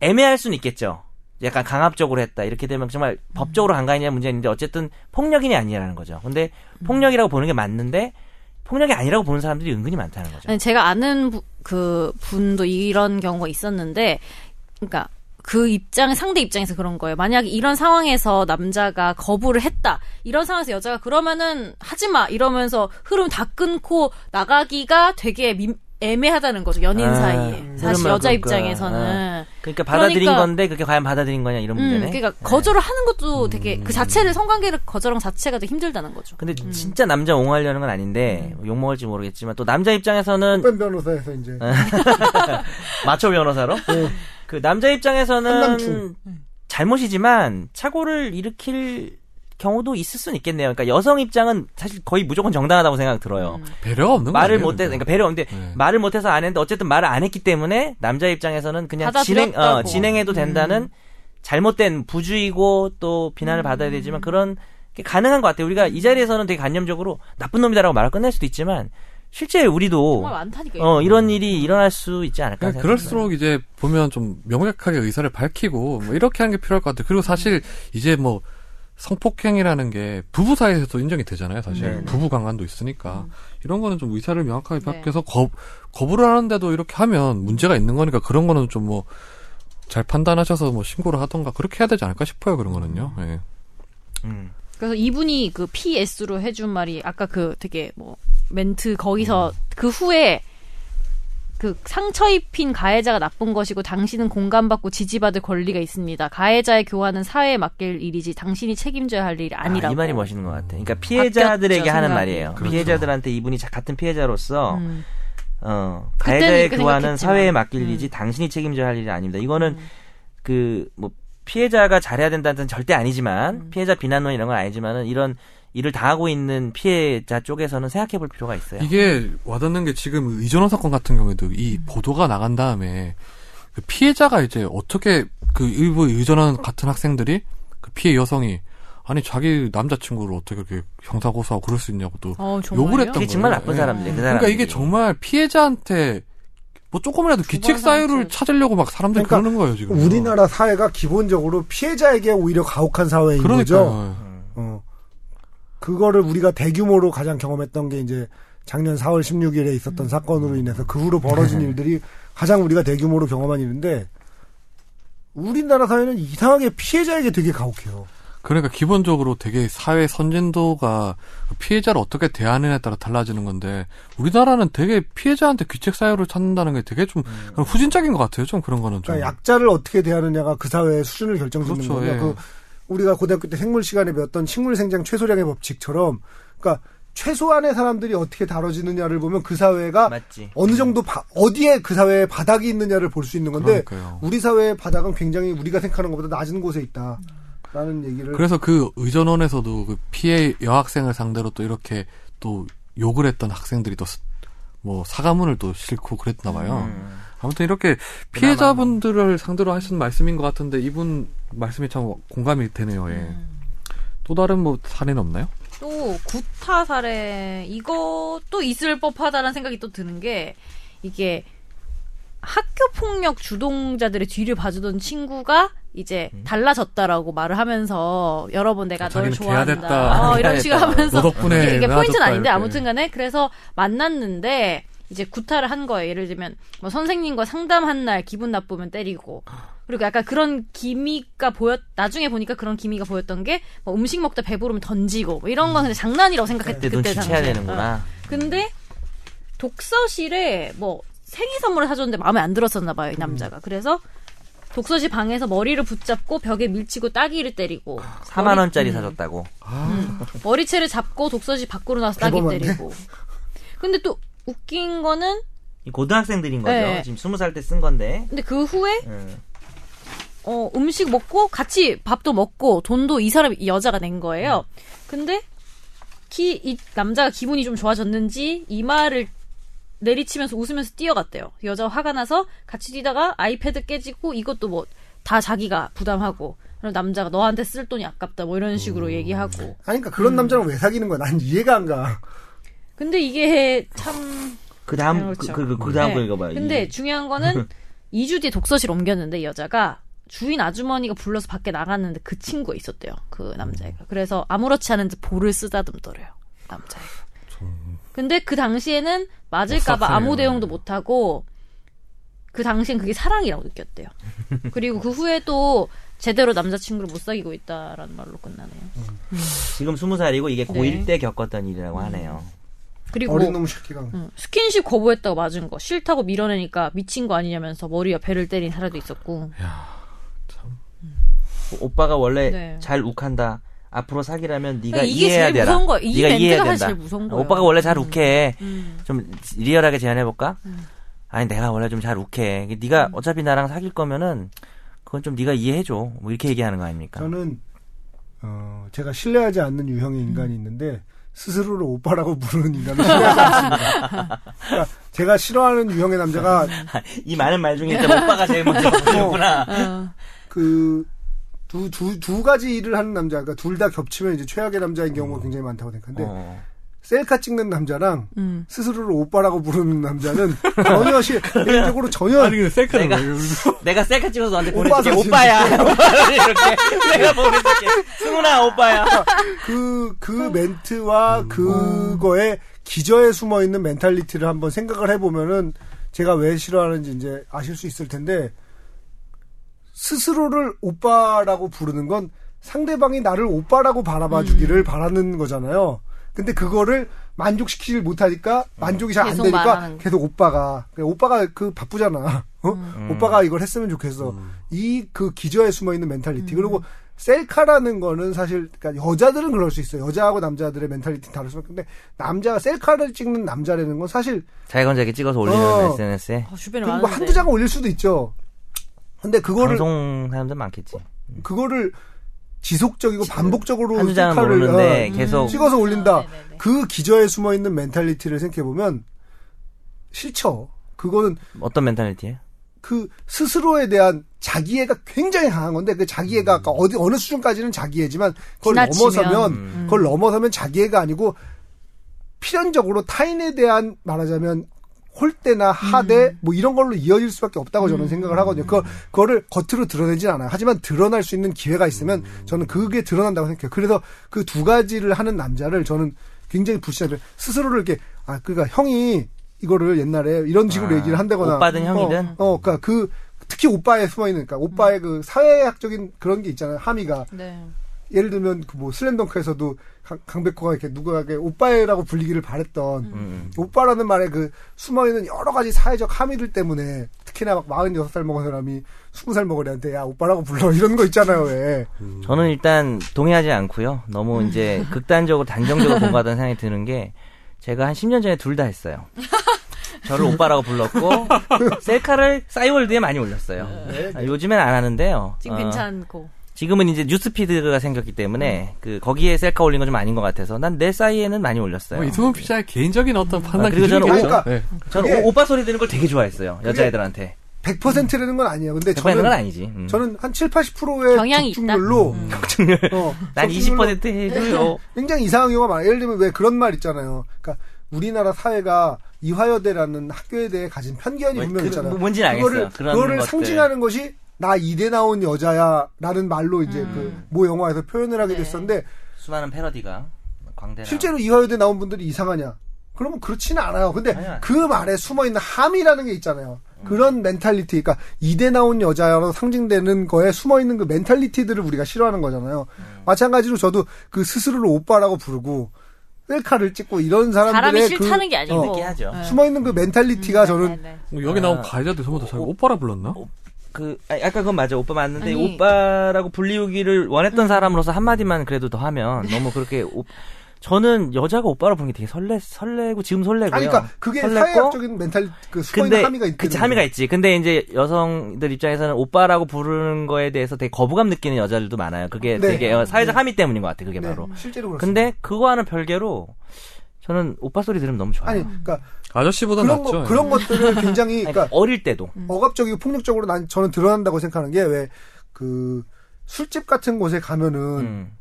S2: 애매할 수는 있겠죠 약간 강압적으로 했다 이렇게 되면 정말
S3: 음.
S2: 법적으로 간간이냐 문제가 있는데 어쨌든 폭력이냐 아니냐라는 거죠 근데 폭력이라고 보는 게 맞는데 폭력이 아니라고 보는 사람들이 은근히 많다는 거죠
S4: 아니, 제가 아는 부- 그 분도 이런 경우가 있었는데, 그러니까 그 입장 상대 입장에서 그런 거예요. 만약에 이런 상황에서 남자가 거부를 했다, 이런 상황에서 여자가 그러면은 하지 마 이러면서 흐름 다 끊고 나가기가 되게 민- 애매하다는 거죠 연인
S2: 아,
S4: 사이에 사실
S2: 그러면 그러니까,
S4: 여자 입장에서는
S2: 그러니까 받아들인
S4: 그러니까-
S2: 건데 그게 과연 받아들인 거냐 이런
S4: 음,
S2: 문제네 음.
S4: 그러니까 거절을 하는 것도 되게 그 자체를 성관계를 거절한 자체가 되게 힘들다는 거죠.
S2: 근데 진짜 남자 옹호하려는 건
S4: 음.
S2: 아닌데 뭐 욕 먹을지 모르겠지만 또 남자 입장에서는
S3: 뺀 변호사에서 이제
S2: 네. 마초 변호사로 *laughs* 그 남자 입장에서는
S3: 한남충.
S2: 잘못이지만 착오를 일으킬 경우도 있을 수는 있겠네요. 그러니까 여성 입장은 사실 거의 무조건 정당하다고 생각 들어요.
S4: 음.
S1: 배려 없는 거
S2: 말을
S1: 아니에요,
S2: 못해,
S1: 근데?
S2: 그러니까 배려 없는데
S1: 네.
S2: 말을 못해서 안 했는데 어쨌든 말을 안 했기 때문에 남자 입장에서는 그냥 진행, 어,
S4: 받아들였다고. 음.
S2: 진행해도 된다는 잘못된 부주의고 또
S4: 음.
S2: 비난을 받아야 되지만 그런 게 가능한 것 같아요. 우리가 이 자리에서는 되게 관념적으로 나쁜 놈이다라고 말을 끝낼 수도 있지만 실제 우리도
S4: 정말 많다니까요.
S2: 어, 이런 일이 일어날 수 있지 않을까.
S1: 그러니까
S2: 생각합니다.
S1: 그럴수록 이제 보면 좀 명확하게 의사를 밝히고 뭐 이렇게 하는 게 필요할 것 같아요. 그리고 사실 이제 뭐 성폭행이라는 게 부부 사이에서도 인정이 되잖아요. 사실
S2: 네네. 음.
S1: 부부 강간도 있으니까 이런 거는 좀 의사를 명확하게
S4: 네.
S1: 밝혀서 거, 거부를 하는데도 이렇게 하면 문제가 있는 거니까 그런 거는 좀 뭐 잘 판단하셔서 뭐 신고를 하던가 그렇게 해야 되지 않을까 싶어요. 그런 거는요. 예.
S2: 음.
S4: 그래서 이분이 그 PS로 해준 말이 아까 그 되게 뭐 멘트 거기서 그 후에 그 상처 입힌 가해자가 나쁜 것이고 당신은 공감받고 지지받을 권리가 있습니다. 가해자의 교환은 사회에 맡길 일이지 당신이 책임져야 할 일이 아니라고.
S2: 이 말이 멋있는 것 같아. 그러니까 피해자들에게
S4: 바뀌었죠,
S2: 하는
S4: 생각이.
S2: 말이에요.
S1: 그렇죠.
S2: 피해자들한테 이분이 자- 같은 피해자로서
S4: 음.
S2: 어,
S4: 그때는
S2: 가해자의
S4: 그렇게
S2: 교환은
S4: 생각했지만.
S2: 사회에 맡길
S4: 음.
S2: 일이지 당신이 책임져야 할 일이 아닙니다. 이거는 그 뭐 피해자가 잘해야 된다는 뜻은 절대 아니지만
S4: 음.
S2: 피해자 비난론 이런 건 아니지만은 이런 일을 당하고 있는 피해자 쪽에서는 생각해 볼 필요가 있어요.
S1: 이게 와닿는 게 지금 이전원 사건 같은 경우에도 이 보도가 나간 다음에 그 피해자가 이제 어떻게 그 일부 의전원 같은 학생들이 그 피해 여성이 아니 자기 남자친구를 어떻게 그렇게 형사고소하고 그럴 수 있냐고 또
S4: 어, 정말요?
S1: 욕을 했던
S2: 그게 정말
S1: 거예요.
S2: 나쁜
S1: 예.
S2: 사람들이 그 사람.
S1: 그러니까 이게 정말 피해자한테 뭐 조금이라도 기책 사유를
S4: 상처를-
S1: 찾으려고 막 사람들이 그러는
S3: 그러니까
S1: 거예요 지금.
S3: 우리나라 사회가 기본적으로 피해자에게 오히려 가혹한 사회인 거죠.
S1: 그러니까
S3: 어. 그거를 우리가 대규모로 가장 경험했던 게 이제 작년 4월 16일에 있었던 사건으로 인해서 그 후로
S1: 네.
S3: 벌어진 일들이 가장 우리가 대규모로 경험한 일인데 우리나라 사회는 이상하게 피해자에게 되게 가혹해요.
S1: 그러니까 기본적으로 되게 사회 선진도가 피해자를 어떻게 대하느냐에 따라 달라지는 건데 우리나라는 되게 피해자한테 귀책 사유를 찾는다는 게 되게 좀 그런 후진적인 것 같아요. 좀 그런 거는 좀.
S3: 음. 그러니까 약자를 어떻게 대하느냐가 그 사회의 수준을 결정짓는
S1: 그렇죠,
S3: 거예요.
S1: 예.
S3: 그 우리가 고등학교 때 생물 시간에 배웠던 식물 생장 최소량의 법칙처럼 그러니까 최소한의 사람들이 어떻게 다뤄지느냐를 보면 그 사회가
S2: 맞지.
S3: 어느 정도 바- 어디에 그 사회의 바닥이 있느냐를 볼 수 있는 건데
S1: 그러니까요.
S3: 우리 사회의 바닥은 굉장히 우리가 생각하는 것보다 낮은 곳에 있다라는 얘기를
S1: 그래서 그 의전원에서도 그 피해 여학생을 상대로 또 이렇게 또 욕을 했던 학생들이 또 뭐 사과문을 또 싣고 그랬나 봐요.
S2: 음.
S1: 아무튼 이렇게 피해자분들을 상대로 하신 말씀인 것 같은데 이분 말씀이 참 공감이 되네요. 예. 또 다른 뭐 사례는 없나요?
S4: 또 구타 사례 이것도 있을 법하다라는 생각이 또 드는 게 이게 학교 폭력 주동자들의 뒤를 봐주던 친구가 이제
S1: 음.
S4: 달라졌다라고 말을 하면서 여러 번 내가 널
S1: 자기는
S4: 좋아한다
S1: 개화됐다. 네,
S4: 어,
S1: *laughs*
S4: 이런
S2: 개화됐다.
S4: 식으로
S1: 너
S4: 하면서
S2: 네,
S1: 덕분에
S4: 이게, 이게
S1: 내가
S4: 포인트는
S1: 졌다,
S4: 아닌데
S1: 이렇게.
S4: 아무튼간에 그래서 만났는데 이제 구타를 한 거예요. 예를 들면 뭐 선생님과 상담한 날 기분 나쁘면 때리고 그리고 약간 그런 기미가 보였 나중에 보니까 그런 기미가 보였던 게뭐 음식 먹다 배부르면 던지고 뭐 이런 건 그냥 장난이라고
S2: 음.
S4: 생각했대
S2: 그때
S4: 그때
S2: 눈치채야
S4: 당시에. 어.
S2: 되는구나.
S4: 근데 독서실에 뭐 생일 선물을 사줬는데 마음에 안 들었었나 봐요 이 남자가.
S2: 음.
S4: 그래서 독서실 방에서 머리를 붙잡고 벽에 밀치고 따귀를 때리고
S2: 4만
S4: 머리-
S2: 원짜리
S4: 음.
S2: 사줬다고.
S4: 머리채를 잡고 독서실 밖으로 나와서 따귀
S3: 대범한데?
S4: 때리고. 근데 또 웃긴 거는
S2: 이 고등학생들인 거죠.
S4: 네.
S2: 지금 스무 살 때 쓴 건데.
S4: 근데 그 후에
S2: 음.
S4: 어, 음식 먹고 같이 밥도 먹고 돈도 이 사람 이 여자가 낸 거예요. 근데 기, 이 남자가 기분이 좀 좋아졌는지 이마를 내리치면서 웃으면서 뛰어갔대요. 여자가 화가 나서 같이 뛰다가 아이패드 깨지고 이것도 뭐 다 자기가 부담하고 그럼 남자가 너한테 쓸 돈이 아깝다 뭐 이런 식으로
S3: 음.
S4: 얘기하고
S3: 아니 그러니까
S4: 음.
S3: 그런 남자는 왜 사귀는 거야? 난 이해가 안 가.
S4: 근데 이게 참
S2: 그 다음
S4: 그렇죠.
S2: 그 그 다음 거
S4: 네.
S2: 읽어봐요.
S4: 근데
S2: 이- *laughs*
S4: 중요한 거는 2주 뒤에 독서실 옮겼는데 이 여자가 주인 아주머니가 불러서 밖에 나갔는데 그 친구가 있었대요. 그 남자애가. 그래서 아무렇지 않은 듯 볼을 쓰다듬더래요. 남자애. 근데 그 당시에는
S2: 뭐
S4: 맞을까봐
S1: 오싹하네요.
S4: 아무 대응도 못하고 그 당시엔 그게 사랑이라고 느꼈대요. 그리고 그 후에 또 제대로 남자친구를 못 사귀고 있다라는 말로 끝나네요.
S2: 지금 스무 살이고 이게
S4: 네. 음.
S2: 고1 때 겪었던 일이라고 하네요.
S4: 그리고 음.
S3: 어린 놈 새끼가.
S4: 응. 스킨십 거부했다고 맞은 거 싫다고 밀어내니까 미친 거 아니냐면서 머리와 배를 때린 사례도 있었고
S2: 뭐 오빠가 원래
S4: 네.
S2: 잘 욱한다. 앞으로 사귀라면 네가
S4: 그러니까 이게
S2: 이해해야
S4: 제일
S2: 되라.
S4: 무서운 거야. 이
S2: 네가
S4: 멘트가
S2: 이해해야
S4: 사실
S2: 된다. 아,
S4: 제일 무서운 거예요.
S2: 오빠가 원래 잘 욱해.
S4: 음.
S2: 좀 리얼하게 제안해 볼까? 아니 내가 원래 좀 잘 욱해. 이게 네가
S4: 음.
S2: 어차피 나랑 사귈 거면은 그건 좀 네가 이해해 줘. 뭐 이렇게 얘기하는 거 아닙니까?
S3: 저는 어 제가 신뢰하지 않는 유형의
S4: 음.
S3: 인간이 있는데 스스로를 오빠라고 부르는 인간을 신뢰하지 않습니다. 그러니까 제가 싫어하는 유형의 남자가
S2: *laughs* 이 많은 말 중에
S4: *laughs*
S2: 일단 오빠가 제일
S4: 어.
S2: 먼저 보는구나.
S4: 네.
S3: 그, 두, 두, 두 가지 일을 하는 남자, 그러니까 둘 다 겹치면 이제 최악의 남자인 경우가 굉장히 많다고 생각하는데,
S2: 어.
S3: 셀카 찍는 남자랑
S4: 음.
S3: 스스로를 오빠라고 부르는
S4: *laughs*
S3: 남자는 전혀, 시, 개인적으로 전혀,
S1: 아니 근데 셀카를
S2: 내가-
S1: 왜 울고
S2: 내가 셀카 찍어서 너한테
S3: 오빠
S2: 보내줄게.
S3: 사진 *laughs*
S2: 오빠야. *laughs* 이렇게 내가 보내줄게. 승훈아 오빠야.
S3: 그, 그
S4: 음.
S3: 멘트와 그거에 기저에 숨어 있는 멘탈리티를 한번 생각을 해보면은 제가 왜 싫어하는지 이제 아실 수 있을 텐데, 스스로를
S4: 음.
S3: 오빠라고 부르는 건 상대방이 나를 오빠라고 바라봐 주기를 바라는 거잖아요. 그 근데 그거를 만족시키질 못하니까 만족이 잘 안
S4: 계속
S3: 되니까
S4: 말하는 거.
S3: 계속 오빠가 그냥 오빠가 그 바쁘잖아. 어?
S4: 음.
S3: 오빠가 이걸 했으면 좋겠어. 이 그 기저에 숨어 있는 멘탈리티.
S4: 음.
S3: 그리고 셀카라는 거는 사실 그러니까 여자들은 그럴 수 있어. 요 여자하고 남자들의 멘탈리티 다를 수 있는데 근데 남자가 셀카를 찍는 남자라는 건 사실
S2: 자기가 자기 찍어서 올리는
S3: 어.
S2: SNS에
S4: 아, 주변에
S3: 그리고
S4: 많은데.
S3: 한두 장 올릴 수도 있죠. 근데 그거를 어,
S2: 방송 사람들 많겠지.
S3: 그거를 지속적이고 반복적으로
S2: 한두 장은
S3: 셀카를,
S2: 모르는데
S3: 어,
S2: 계속
S3: 찍어서 올린다.
S4: 아, 네네네.
S3: 그 기저에 숨어 있는 멘탈리티를 생각해 보면 싫죠. 그거는
S2: 어떤 멘탈리티예요?
S3: 그 스스로에 대한 자기애가 굉장히 강한 건데 그 자기애가
S2: 음.
S3: 아까 어디 어느 수준까지는 자기애지만 그걸
S4: 지나치면.
S3: 넘어서면
S2: 음.
S3: 그걸 넘어서면 자기애가 아니고 필연적으로 타인에 대한 말하자면 홀대나 하대
S2: 음.
S3: 뭐 이런 걸로 이어질 수밖에 없다고 저는 생각을 하거든요. 그 그거를 겉으로 드러내진 않아요. 하지만 드러날 수 있는 기회가 있으면 저는 그게 드러난다고 생각해요. 그래서 그 두 가지를 하는 남자를 저는 굉장히 불신해요. 스스로를 이렇게 아 그러니까 형이 이거를 옛날에 이런 식으로
S2: 아,
S3: 얘기를 한다거나
S2: 오빠든
S3: 어,
S2: 형이든? 음.
S3: 어, 그러니까 그 특히 오빠에 숨어 있는 그러니까 오빠의 그 사회학적인 그런 게 있잖아요. 함의가
S4: 네.
S3: 예를 들면 그 뭐 슬램덩크에서도 강, 강백호가 이렇게 누구에게 오빠라고 불리기를 바랬던
S2: 음,
S3: 오빠라는 말에 그 숨어 있는 여러 가지 사회적 함의들 때문에 특히나 막 46살 먹은 사람이 20살 먹은 애한테 야 오빠라고 불러 *laughs* 이런 거 있잖아요. 왜?
S2: 저는 일단 동의하지 않고요.
S3: 음.
S2: 너무 이제 극단적으로 단정적으로 공부하다는 생각이 드는 게 제가 한 10년 전에 둘 다
S3: *laughs*
S2: 했어요. 저를 오빠라고 불렀고 셀카를 싸이월드에 많이 올렸어요.
S3: 네.
S2: 아, 요즘엔 안 하는데요.
S4: 지금
S2: 어,
S4: 괜찮고.
S2: 지금은 이제 뉴스피드가 생겼기
S3: 음.
S2: 때문에 그 거기에 셀카 올린 건 좀 아닌 것 같아서 난 내 사이에는 많이 올렸어요.
S1: 뭐 이승훈 피자의 개인적인 어떤 판단
S2: 아, 그리고
S1: 기준이
S2: 저는
S1: 있겠죠.
S3: 오빠-
S1: 네.
S2: 저는
S3: 그게-
S2: 오, 빠 소리 듣는 걸 되게 좋아했어요. 여자애들한테.
S3: 100%라는 건 아니에요. 근데
S2: 대박는
S3: 저는
S2: 건 아니지. 음.
S3: 저는 한 7, 80%의
S4: 경향이 있다.
S3: *laughs*
S4: 음.
S3: 적중률로 어,
S2: 난
S3: 적중률로
S2: 20% 해줘요.
S3: 굉장히 이상한 경우가 많아요. 예를 들면 왜 그런 말 있잖아요. 그러니까 우리나라 사회가 이화여대라는 학교에 대해 가진 편견이
S2: 뭐,
S3: 분명
S2: 그,
S3: 있잖아요.
S2: 뭐, 뭔지는 알겠어요.
S3: 그거를,
S2: 그런
S3: 그거를
S2: 것들.
S3: 상징하는 것이 나 이대 나온 여자야라는 말로 이제
S2: 음.
S3: 그 모 영화에서 표현을 하게
S4: 네.
S3: 됐었는데
S2: 수많은 패러디가 광대나
S3: 실제로 이화여대 나온 분들이 이상하냐? 그러면 그렇지는 않아요. 근데
S2: 아니야. 음.
S3: 그 말에 숨어 있는 함이라는 게 있잖아요. 그런 멘탈리티, 그러니까 이대 나온 여자로 상징되는 거에 숨어 있는 그 멘탈리티들을 우리가 싫어하는 거잖아요.
S2: 음.
S3: 마찬가지로 저도 그 스스로를 오빠라고 부르고 셀카를 찍고 이런
S4: 사람이
S3: 사람들의
S4: 싫다는
S3: 그
S4: 게 아니고.
S2: 이렇게 하죠.
S3: 숨어 있는 그 멘탈리티가 저는
S4: 네, 네.
S1: 뭐 여기
S2: 아.
S1: 나온 가이자도 저번부터 자기 오빠라 불렀나?
S2: 그 아, 약간 그건 맞아 오빠 맞는데
S4: 아니.
S2: 오빠라고 불리우기를 원했던 사람으로서 한 마디만 그래도 더 하면 너무 그렇게 오, 저는 여자가 오빠로 보는 게 되게 설레 설레고 지금 설레고요.
S3: 아니 그러니까 그게 사회학적인 멘탈 그 숨어 있는
S2: 근데
S3: 함의가 있는
S2: 그치 함의가 있지. 근데 이제 여성들 입장에서는 오빠라고 부르는 거에 대해서 되게 거부감 느끼는 여자들도 많아요. 그게
S3: 네.
S2: 되게 어, 사회적 함의 때문인 것 같아. 그게
S3: 네,
S2: 바로.
S3: 실제로 그렇습니다.
S2: 근데 그거와는 별개로 저는 오빠 소리 들으면 너무 좋아요.
S3: 아니 그러니까
S1: 아저씨보다
S3: 그런
S1: 낫죠.
S3: 거, 그런 것들을 굉장히
S2: 아니,
S3: 그러니까
S2: 어릴 때도
S4: 음.
S3: 억압적이고 폭력적으로 난 저는 드러난다고 생각하는 게 왜 그 술집 같은 곳에 가면은
S2: 음.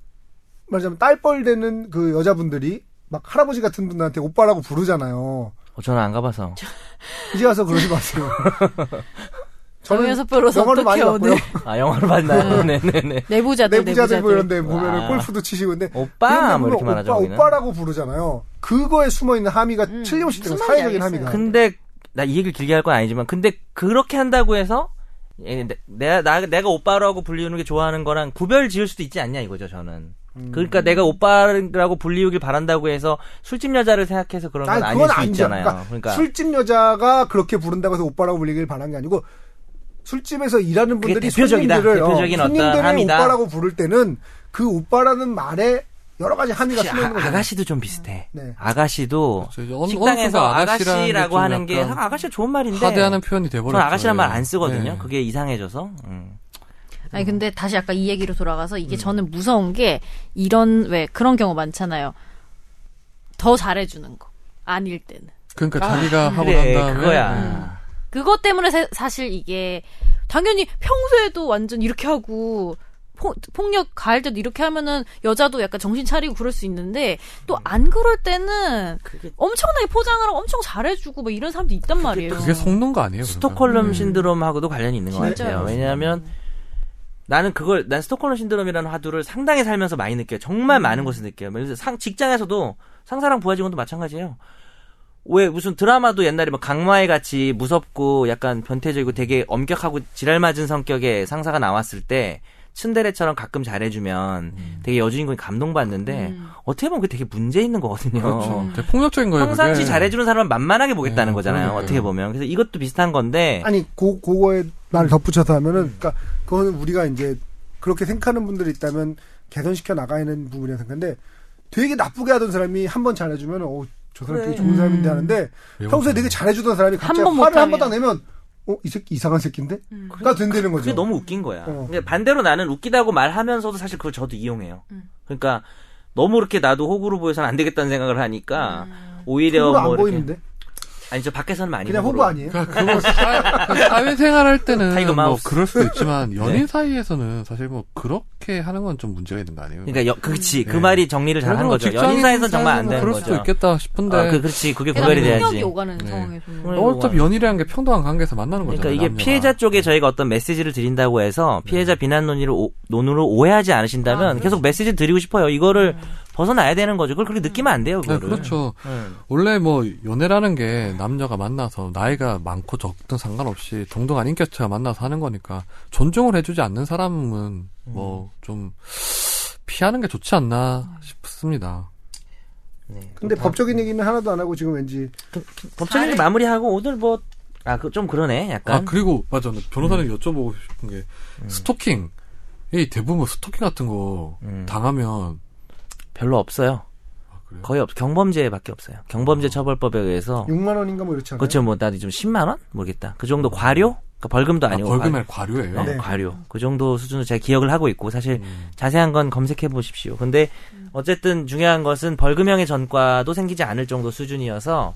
S3: 말하자면 딸뻘 되는 그 여자분들이 막 할아버지 같은 분들한테 오빠라고 부르잖아요.
S2: 어, 저는 안 가봐서
S3: 이제 와서 그러지
S4: *laughs*
S3: 마세요.
S4: 정연섭 변호사
S3: 영화를 많이
S4: 어떻게
S3: 봤고요.
S4: 오늘
S2: 아 영화를 봤나요? *laughs* 네네네.
S4: 내부자들
S3: 내부자들 뭐 이런데 보면은
S2: 아.
S3: 골프도 치시고 근데
S2: 오빠 뭐 이렇게 말하죠.
S3: 오빠,
S2: 우리는.
S3: 오빠라고 부르잖아요. 그거에 숨어 있는 함의가 틀림없이 있잖아요.
S4: 무슨
S3: 사회적인
S4: 말인지
S3: 함의가.
S4: 음. 알겠어요.
S2: 근데 나 이 얘기를 길게 할 건 아니지만 근데 그렇게 한다고 해서 예, 내- 내가 나, 내가 오빠라고 불리우는 게 좋아하는 거랑 구별 지을 수도 있지 않냐 이거죠 저는.
S3: 음.
S2: 그러니까 내가 오빠라고 불리우길 바란다고 해서 술집 여자를 생각해서 그런 건 아니, 닐수
S3: 아니죠.
S2: 있잖아요.
S3: 그러니까,
S2: 그러니까,
S3: 술집 여자가 그렇게 부른다고 해서 오빠라고 불리길 바란 게 아니고 술집에서 일하는
S2: 그게
S3: 분들이
S2: 대표적이다.
S3: 손님들을
S2: 대표적인
S3: 어,
S2: 어떤
S3: 손님들을
S2: 함이다.
S3: 오빠라고 부를 때는 그 오빠라는 말에 여러 가지 함의가
S2: 혹시
S3: 숨어 있는
S2: 아,
S3: 거죠.
S2: 아가씨도 좀 비슷해.
S3: 네.
S2: 아가씨도
S1: 그렇죠. 이제 어느- 어느
S2: 식당에서
S1: 순간 아가씨라는
S2: 아가씨라고
S1: 게
S2: 하는
S1: 좀
S2: 게
S1: 약간
S2: 아가씨가 좋은 말인데
S1: 하대하는 표현이 돼버렸죠.
S2: 저는 아가씨란 말 안
S1: 예.
S2: 쓰거든요.
S1: 네.
S2: 그게 이상해져서. 음.
S4: 아니 근데 다시 아까 이 얘기로 돌아가서 이게 저는 무서운 게 이런 왜 그런 경우 많잖아요. 더 잘해주는 거 아닐 때는
S1: 그러니까 자기가 하고
S2: 그래
S1: 난 다음에
S2: 그거야.
S4: 그것 때문에 사, 사실 이게 당연히 평소에도 완전 이렇게 하고 포- 폭력 가할 때도 이렇게 하면은 여자도 약간 정신 차리고 그럴 수 있는데
S1: 음.
S4: 또 안 그럴 때는
S2: 그게-
S4: 엄청나게 포장을 하고 엄청 잘해주고 뭐 이런 사람도 있단 말이에요.
S1: 예. 그게 속는 거 아니에요? 그러니까?
S2: 스톡홀름 신드롬하고도 관련이 있는 것
S4: 음. 진짜요.
S2: 같아요. 왜냐하면 나는 그걸 난 스톡홀름 신드롬이라는 화두를 상당히 살면서 많이 느껴요. 정말
S4: 음.
S2: 많은 곳에서 느껴요. 그래서 상 직장에서도 상사랑 부하 직원도 마찬가지예요. 왜 무슨 드라마도 옛날에 뭐 강마에 같이 무섭고 약간 변태적이고 되게 엄격하고 지랄맞은 성격의 상사가 나왔을 때 츤데레처럼 가끔 잘해주면 되게 여주인공이 감동받는데
S4: 음.
S2: 어떻게 보면 그게 되게 문제 있는 거거든요.
S1: 그렇죠. 되게 폭력적인 거예요.
S2: 어. 평상시
S1: 그게.
S2: 잘해주는 사람은 만만하게 보겠다는
S1: 네,
S2: 거잖아요.
S1: 그러니까요.
S2: 어떻게 보면 그래서 이것도 비슷한 건데
S3: 아니 고 그거에 말 덧붙여서 하면은 그러니까 그거는 우리가 이제 그렇게 생각하는 분들이 있다면 개선시켜 나가는 부분이라 생각하는데 되게 나쁘게 하던 사람이 한 번 잘해주면 어저 사람
S2: 그래.
S3: 되게 좋은 사람인데 하는데
S2: 예,
S1: 왜
S2: 그렇죠.
S3: 평소에 되게 잘해주던 사람이 갑자기
S4: 네. 음. 한번
S3: 화를 한번
S4: 못하면.
S3: 딱 내면 어 이 새끼 이상한 새끼인데
S4: 음.
S3: 가 된다는 거죠.
S2: 그게 너무 웃긴 거야.
S3: 어.
S2: 근데 반대로 나는 웃기다고 말하면서도 사실 그걸 저도 이용해요.
S4: 음.
S2: 그러니까 너무 이렇게 나도 호구로 보여서는 안 되겠다는 생각을 하니까
S4: 음.
S2: 오히려
S3: 호불호 안
S2: 뭐 이렇게-
S3: 보이는데
S2: 아니 저 밖에서는 많이
S3: 그냥 호구
S2: 호불호.
S3: 아니에요?
S1: 그러니까 그거 사, 사회생활 할
S2: 타이거
S1: 때는 뭐
S2: 마우스. 네.
S1: 그럴 수도
S2: *laughs*
S1: 있지만 연인 사이에서는 사실 뭐 그렇게 하는 건 좀 문제가 있는 거 아니에요?
S2: 그러니까 여, 그렇지 그
S1: 네.
S2: 말이 정리를 잘 한
S1: 그래도
S2: 거죠.
S1: 직장인
S2: 연인사에서는 정말 안
S1: 사이에서는
S2: 되는
S1: 그럴
S2: 거죠.
S1: 수도 있겠다 싶은데
S2: 아, 그, 그렇지 그게 구별이
S4: 폭력이
S2: 돼야지.
S4: 오가는
S1: 네.
S4: 상황에서는
S2: 음.
S1: 어차피 연인이라는 게 평등한 관계에서 만나는 그렇죠. 거잖아요. 네.
S2: 그러니까 이게
S1: 남녀가.
S2: 피해자 쪽에 저희가 어떤 메시지를 드린다고 해서 피해자 비난 논의를 오- 논으로 오해하지
S4: 아,
S2: 않으신다면
S4: 그렇죠.
S2: 계속 메시지 드리고 싶어요. 이거를 벗어나야 되는 거죠. 그걸 그렇게 느끼면 안 돼요.
S1: 네,
S2: 그거를.
S1: 그렇죠.
S2: 음.
S1: 원래 뭐 연애라는 게 남녀가 만나서 나이가 많고 적든 상관없이 동등한 인격체가 만나서 하는 거니까 존중을 해주지 않는 사람은
S2: 음.
S1: 뭐 좀 피하는 게 좋지 않나 싶습니다.
S2: 네.
S3: 근데 법적인 얘기는 하나도 안 하고 지금 왠지
S2: 법적인 게 마무리하고 오늘 뭐 아, 그 좀 그러네.
S1: 아
S2: 약간.
S1: 그리고 맞아, 나
S2: 음.
S1: 변호사님 여쭤보고 싶은 게 스토킹. 이 대부분 스토킹 같은 거
S2: 음.
S1: 당하면
S2: 별로 없어요.
S1: 아, 그래요? 아.
S2: 거의 없 경범죄밖에 없어요. 경범죄 처벌법에 의해서
S3: 6만 원인가 뭐 이렇지 않아요?
S2: 어. 그렇죠. 뭐 나도 좀 10만 원 모르겠다. 그 정도 과료? 그러니까 벌금도
S1: 아,
S2: 아니고
S1: 벌금의 과료예요. 음.
S2: 과료. 네, 과료. 그 정도 수준으로 제가 기억을 하고 있고 사실 자세한 건 검색해 보십시오. 근데 어쨌든 중요한 것은 벌금형의 전과도 생기지 않을 정도 수준이어서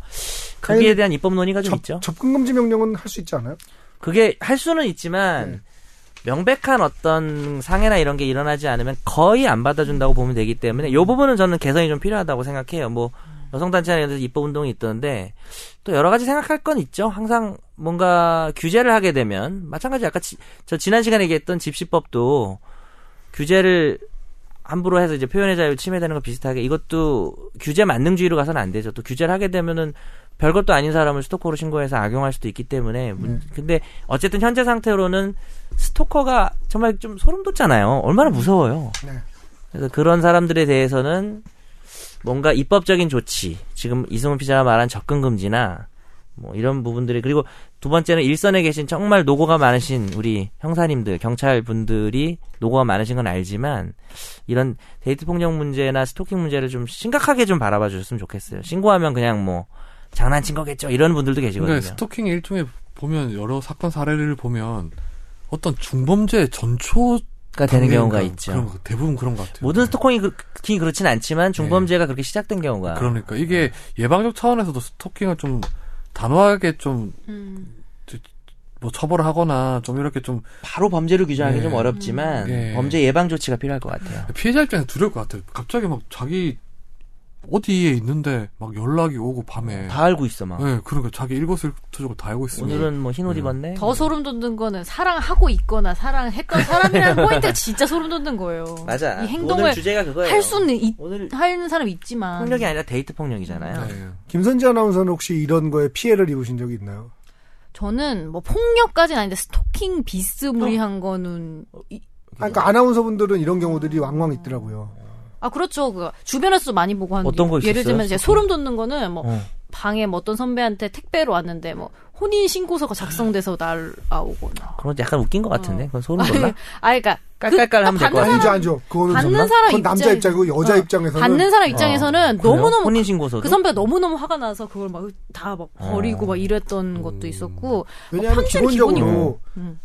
S2: 거기에
S3: 아니,
S2: 대한 입법 논의가 좀 있죠.
S3: 접, 접근금지 명령은 할 수 있지 않아요?
S2: 그게 할 수는 있지만
S3: 네.
S2: 명백한 어떤 상해나 이런 게 일어나지 않으면 거의 안 받아준다고 보면 되기 때문에 이 부분은 저는 개선이 좀 필요하다고 생각해요. 뭐 여성단체나 이런 데서 입법 운동이 있던데 또 여러 가지 생각할 건 있죠. 항상 뭔가 규제를 하게 되면 마찬가지 아까 지- 저 지난 시간에 얘기했던 집시법도 규제를 함부로 해서 이제 표현의 자유 침해되는 거 비슷하게 이것도 규제 만능주의로 가서는 안 되죠. 또 규제를 하게 되면은 별것도 아닌 사람을 스토커로 신고해서 악용할 수도 있기 때문에 문- 근데 어쨌든 현재 상태로는 스토커가 정말 좀 소름 돋잖아요. 얼마나 무서워요.
S3: 네.
S2: 그래서 그런 사람들에 대해서는 뭔가 입법적인 조치, 지금 이승훈 피자가 말한 접근 금지나 뭐 이런 부분들이 그리고 두 번째는 일선에 계신 정말 노고가 많으신 우리 형사님들, 경찰 분들이 노고가 많으신 건 알지만 이런 데이트 폭력 문제나 스토킹 문제를 좀 심각하게 좀 바라봐 주셨으면 좋겠어요. 신고하면 그냥 뭐 장난친 거겠죠. 이런 분들도 계시거든요.
S1: 그러니까 스토킹의 일종의 보면 여러 사건 사례를 보면 어떤 중범죄의 전초
S2: 가 그러니까 되는
S1: 단계인
S2: 경우가
S1: 그런-
S2: 있죠.
S1: 그런 거- 대부분 그런 것 같아요.
S2: 모든 스토킹이 그, 긴 그렇진 않지만 중범죄가 네. 그렇게 시작된 경우가
S1: 그러니까 이게 예방적 차원에서도 스토킹을 좀 단호하게 좀 뭐
S4: 음.
S1: 처벌을 하거나 좀 이렇게 좀
S2: 바로 범죄로 규정하기
S1: 네.
S2: 좀 어렵지만
S1: 네.
S2: 범죄 예방 조치가 필요할 것 같아요.
S1: 피해자 입장에 두려울 것 같아요. 갑자기 막 자기 어디에 있는데 막 연락이 오고 밤에
S2: 다 알고 있어 막.
S1: 네, 그러니까 자기 일거수일투족을 다 알고 있으면
S2: 오늘은 뭐 흰 옷 입었네.
S4: 더 소름 돋는 거는 사랑하고 있거나
S1: *laughs*
S4: 사랑했던 사람이라는 포인트가 진짜 소름 돋는 거예요.
S2: 맞아.
S4: 이
S2: 오늘
S4: 행동을
S2: 주제가 그거예요.
S4: 할 수는 음. 있,
S2: 오늘
S4: 하는 사람 있지만
S2: 폭력이 아니라 데이트 폭력이잖아요.
S1: 네.
S3: 김선지 아나운서는 혹시 이런 거에 피해를 입으신 적이 있나요?
S4: 저는 뭐 폭력까지는 아닌데 스토킹
S2: 어.
S4: 비스무리한 거는 이-
S3: 아, 그러니까 아나운서분들은 이런 경우들이 왕왕 있더라고요.
S4: 아 그렇죠 그 주변에서 많이 보고 하는
S2: 어떤
S4: 게
S2: 거
S4: 예를
S2: 있었어요?
S4: 들면 이제 소름 돋는 거는 뭐
S2: 어.
S4: 방에 뭐 어떤 선배한테 택배로 왔는데 뭐 혼인 신고서가 작성돼서 날아오거나
S2: 그건 약간 웃긴 것 같은데. 그건 소름
S4: 아니,
S2: 돋나?
S4: 아니 그러니까
S2: 깔깔깔 하면 될것
S4: 받는
S2: 같아.
S3: 아니죠,
S4: 사람-
S3: 아니죠. 그거는
S4: 받는
S3: 정말-
S4: 사람
S3: 그건 남자
S4: 입장-
S3: 입장이고 여자
S4: 어.
S3: 입장에서는
S4: 받는 사람 입장에서는 너무너무
S2: 아, 혼인 신고서도 어.
S4: 그 선배가 너무너무 화가 나서 그걸 막 다 막 버리고 막 이랬던
S2: 음.
S4: 것도 있었고
S3: 왜냐하면
S4: 편지는
S3: 기본적으로
S4: 뭐 기본이고. 음.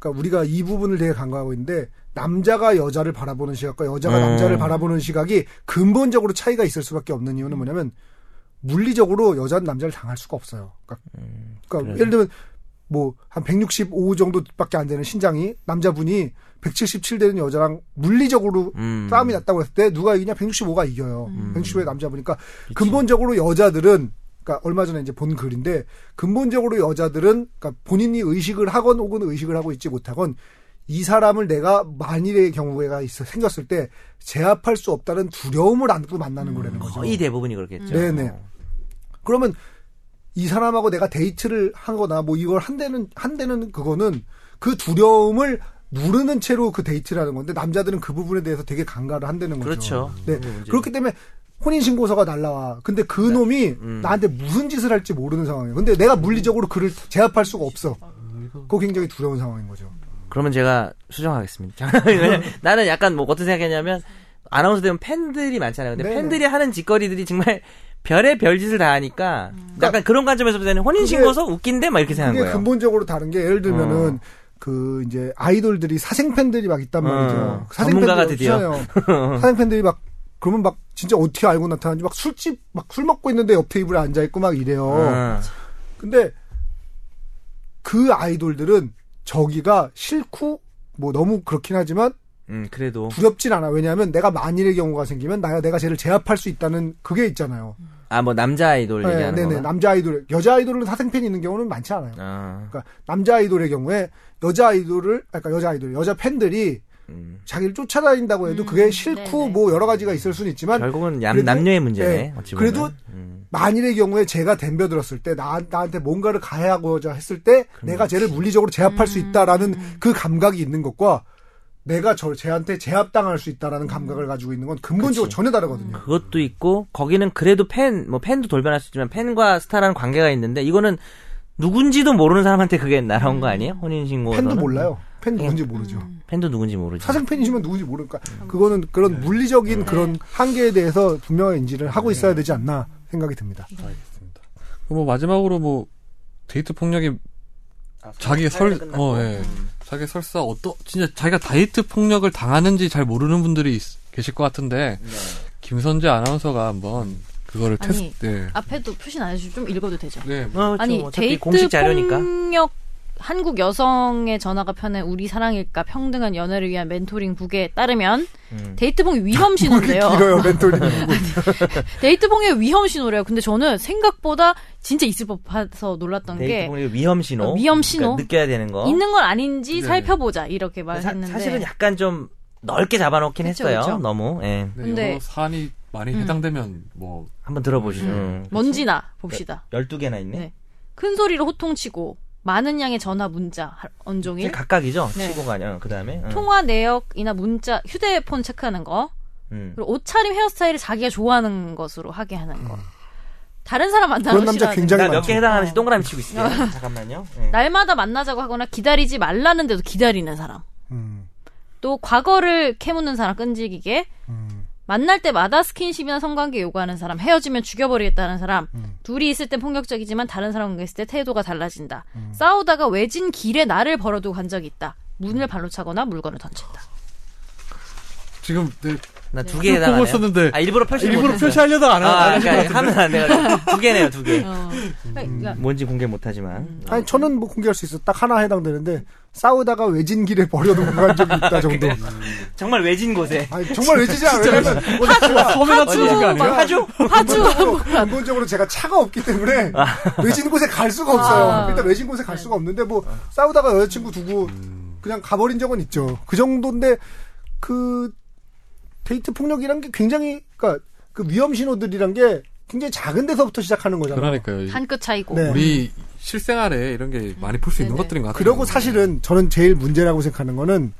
S3: 그러니까 우리가 이 부분을 되게 강조하고 있는데 남자가 여자를 바라보는 시각과 여자가
S2: 음.
S4: 네.
S3: 남자를 바라보는 시각이 근본적으로 차이가 있을 수밖에 없는 이유는 뭐냐면 물리적으로 여자는 남자를 당할 수가 없어요. 그러니까,
S4: 음,
S3: 그러니까 예를 들면 뭐 한 165 정도밖에 안 되는 신장이 남자분이 177 되는 여자랑 물리적으로
S2: 음.
S3: 싸움이 났다고 했을 때 누가 이기냐 165가 이겨요.
S4: 음.
S3: 165의 남자보니까 근본적으로 여자들은 그러니까 얼마 전에 이제 본 글인데 근본적으로 여자들은 그러니까 본인이 의식을 하건 혹은 의식을 하고 있지 못하건 이 사람을 내가 만일의 경우가 있어 생겼을 때 제압할 수 없다는 두려움을 안고 만나는 거라는 거죠.
S2: 거의 대부분이 그렇겠죠.
S3: 네네. 그러면 이 사람하고 내가 데이트를 한거나 뭐 이걸 한다는 한다는 그거는 그 두려움을 누르는 채로 그 데이트라는 건데 남자들은 그 부분에 대해서 되게 강가를 한다는 거죠.
S2: 그렇죠.
S3: 네.
S2: 그게 문제죠. 네.
S3: 그렇기 때문에 혼인신고서가 날라와. 근데 그 놈이
S2: 음.
S3: 나한테 무슨 짓을 할지 모르는 상황이에요. 근데 내가 물리적으로 그를 제압할 수가 없어. 그거 굉장히 두려운 상황인 거죠.
S2: 그러면 제가 수정하겠습니다. *laughs*
S3: *laughs*
S2: 왜냐면 나는 약간 뭐 어떤 생각했냐면 아나운서 되면 팬들이 많잖아요. 근데
S3: 네네.
S2: 팬들이 하는 짓거리들이 정말 별의 별짓을 다 하니까
S3: 음.
S2: 약간 그런 관점에서 보면 혼인 신고서 웃긴데 막 이렇게 생각한
S3: 이게
S2: 거예요.
S3: 그러니까
S2: 어.
S3: 근본적으로 다른 게 예를 들면은 그 이제 아이돌들이 사생 팬들이 막 있단 말이죠.
S2: 어,
S3: 사생
S2: 전문가가
S3: 팬들이
S2: 드디어.
S3: 없잖아요. *laughs* 사생 팬들이 막 그러면 막 진짜 어떻게 알고 나타나는지 막 술집 막 술 먹고 있는데 옆 테이블에 앉아 있고 막 이래요.
S2: 어.
S3: 근데 그 아이돌들은 저기가 싫고 뭐 너무 그렇긴 하지만
S2: 음, 그래도
S3: 두렵진 않아. 왜냐하면 내가 만일의 경우가 생기면 나 내가 쟤를 제압할 수 있다는 그게 있잖아요.
S2: 아 뭐 남자 아이돌
S3: 네,
S2: 얘기하는
S3: 네, 네.
S2: 거.
S3: 남자 아이돌, 여자 아이돌은 사생 팬이 있는 경우는 많지 않아요.
S2: 아,
S3: 그러니까 남자 아이돌의 경우에 여자 아이돌을 아까 여자 아이돌 여자 팬들이
S2: 음.
S3: 자기를 쫓아다닌다고 해도
S4: 음,
S3: 그게 싫고
S4: 네네.
S3: 뭐 여러 가지가 있을 수는 있지만
S2: 결국은 남,
S3: 그래도-
S2: 남녀의 문제네.
S3: 네.
S2: 어찌 보면.
S3: 그래도
S2: 음.
S3: 만일의 경우에 제가 덤벼들었을 때 나, 나한테 뭔가를 가해하고자 했을 때 내가 쟤를 물리적으로 제압할
S4: 음.
S3: 수 있다라는 그 감각이 있는 것과 내가 저 쟤한테 제압당할 수
S4: 음.
S3: 있다라는 감각을 가지고 있는 건 근본적으로 전혀 다르거든요.
S2: 그것도 있고 거기는 그래도 팬, 뭐 팬도 돌변할 수 있지만 팬과 스타라는 관계가 있는데 이거는 누군지도 모르는 사람한테 그게 날아온 거 아니에요? 혼인 신고
S3: 음. 팬도 몰라요. 팬 누군지 모르죠.
S4: 음.
S2: 팬도 누군지 모르지.
S3: 사생 팬이시면 누군지 모르니까 그거는 그런
S4: 네.
S3: 물리적인 그런 한계에 대해서 분명히 인지를 하고 있어야 되지 않나 생각이 듭니다.
S1: 뭐 마지막으로 뭐 데이트 폭력이 자기 설, 어, 예. 자기 설사 어떠 진짜 자기가 데이트 폭력을 당하는지 잘 모르는 분들이 있- 계실 것 같은데 김선재 아나운서가 한번 그거를
S4: 아니.
S1: 테스트. 네.
S4: 앞에도 표시 안 해주시고 좀 읽어도 되죠.
S1: 네.
S2: 어, 그렇죠.
S4: 아니
S2: 어차피
S4: 데이트
S2: 공식 자료니까.
S4: 폭력 한국 여성의 전화가 편해 우리 사랑일까 평등한 연애를 위한 멘토링 북에 따르면
S2: 음.
S4: 데이트
S2: *laughs*
S4: 폭 위험 신호인데요.
S3: 길어요 멘토링.
S4: 데이트 폭의 위험 신호래요. 근데 저는 생각보다 진짜 있을 법해서 놀랐던 게 어,
S2: 데이트 폭력 위험 신호.
S4: 위험 신호.
S2: 그러니까 느껴야 되는 거.
S4: 있는 건 아닌지
S1: 네.
S4: 살펴보자 이렇게
S2: 사,
S4: 말했는데
S2: 실은 약간 좀 넓게 잡아놓긴
S4: 그쵸,
S2: 했어요.
S4: 그쵸.
S2: 너무. 예.
S1: 근데,
S4: 근데-
S1: 이거 네, 사안이 많이
S4: 음.
S1: 해당되면 뭐
S2: 한번 들어보시죠. 음.
S4: 뭔지나 봅시다.
S2: 12개나 있네.
S4: 음. 뭐- 네. 큰 소리로 호통치고 많은 양의 전화 문자 할- 언종일
S2: 각각이죠.
S4: 네.
S2: 치고 가냐. 어, 그다음에. 응.
S4: 통화 내역이나 문자 휴대폰 체크하는 거
S2: 음.
S4: 그리고 옷차림 헤어스타일을 자기가 좋아하는 것으로 하게 하는 거. 다른 사람 만나는
S3: 음. 그런
S4: 거
S3: 남자
S4: 싫어하는
S3: 굉장히
S2: 나 몇
S3: 많죠.
S2: 개 해당하는지 동그라미 치고 있어요. 잠깐만요. 예.
S4: 날마다 만나자고 하거나 기다리지 말라는데도 기다리는 사람.
S3: *laughs* 음,
S4: 또 과거를 캐묻는 사람 끈질기게.
S3: 음.
S4: 만날 때마다 스킨십이나 성관계 요구하는 사람, 헤어지면 죽여버리겠다는 사람,
S3: 음.
S4: 둘이 있을 땐 폭력적이지만 다른 사람과 있을 때 태도가 달라진다.
S3: 음.
S4: 싸우다가 외진 길에 나를 벌어두고 간 적이 있다.
S3: 음.
S4: 문을 발로 차거나 물건을 던진다.
S1: 지금 네,
S2: 나 두 개
S1: 쭉 보고
S2: 해당하네.
S1: 있었는데
S2: 아, 일부러 표시
S1: 일부러 표시하려다가 안
S2: 아,
S1: 하는 거
S2: 그러니까 하면 안 돼요. 두 개네요, 두 개.
S4: 어.
S3: 음.
S4: 음. 그러니까
S2: 뭔지 공개 못 하지만.
S3: 아니 저는 뭐 공개할 수 있어. 딱 하나 해당되는데 싸우다가 외진 길에 버려둔 간 적이 있다 정도.
S2: 정말 외진 곳에.
S3: 아니 정말 외지지 않아요. 왜냐면 제가
S1: 소매가 찢어진 거
S4: 하주,
S1: 아니에요?
S4: 막 하주,
S3: 근본적으로,
S4: 하주.
S3: 근본적으로 제가 차가 없기 때문에 외진 곳에 갈 수가 없어요.
S4: 아.
S3: 일단 외진 곳에 갈 수가 없는데 뭐 싸우다가 여자친구 두고 그냥 가버린 적은 있죠. 그 정도인데 그 데이트 폭력이란 게 굉장히 그러니까 그 위험 신호들이란 게 굉장히 작은 데서부터 시작하는 거잖아요.
S1: 그러니까요. 이게
S4: 한 끗 차이고.
S3: 네.
S1: 우리 실생활에 이런 게 많이 볼 수 있는
S4: 네네.
S1: 것들인 것 같아요. 어,
S3: 그러고 사실은 저는 제일 문제라고 생각하는 거는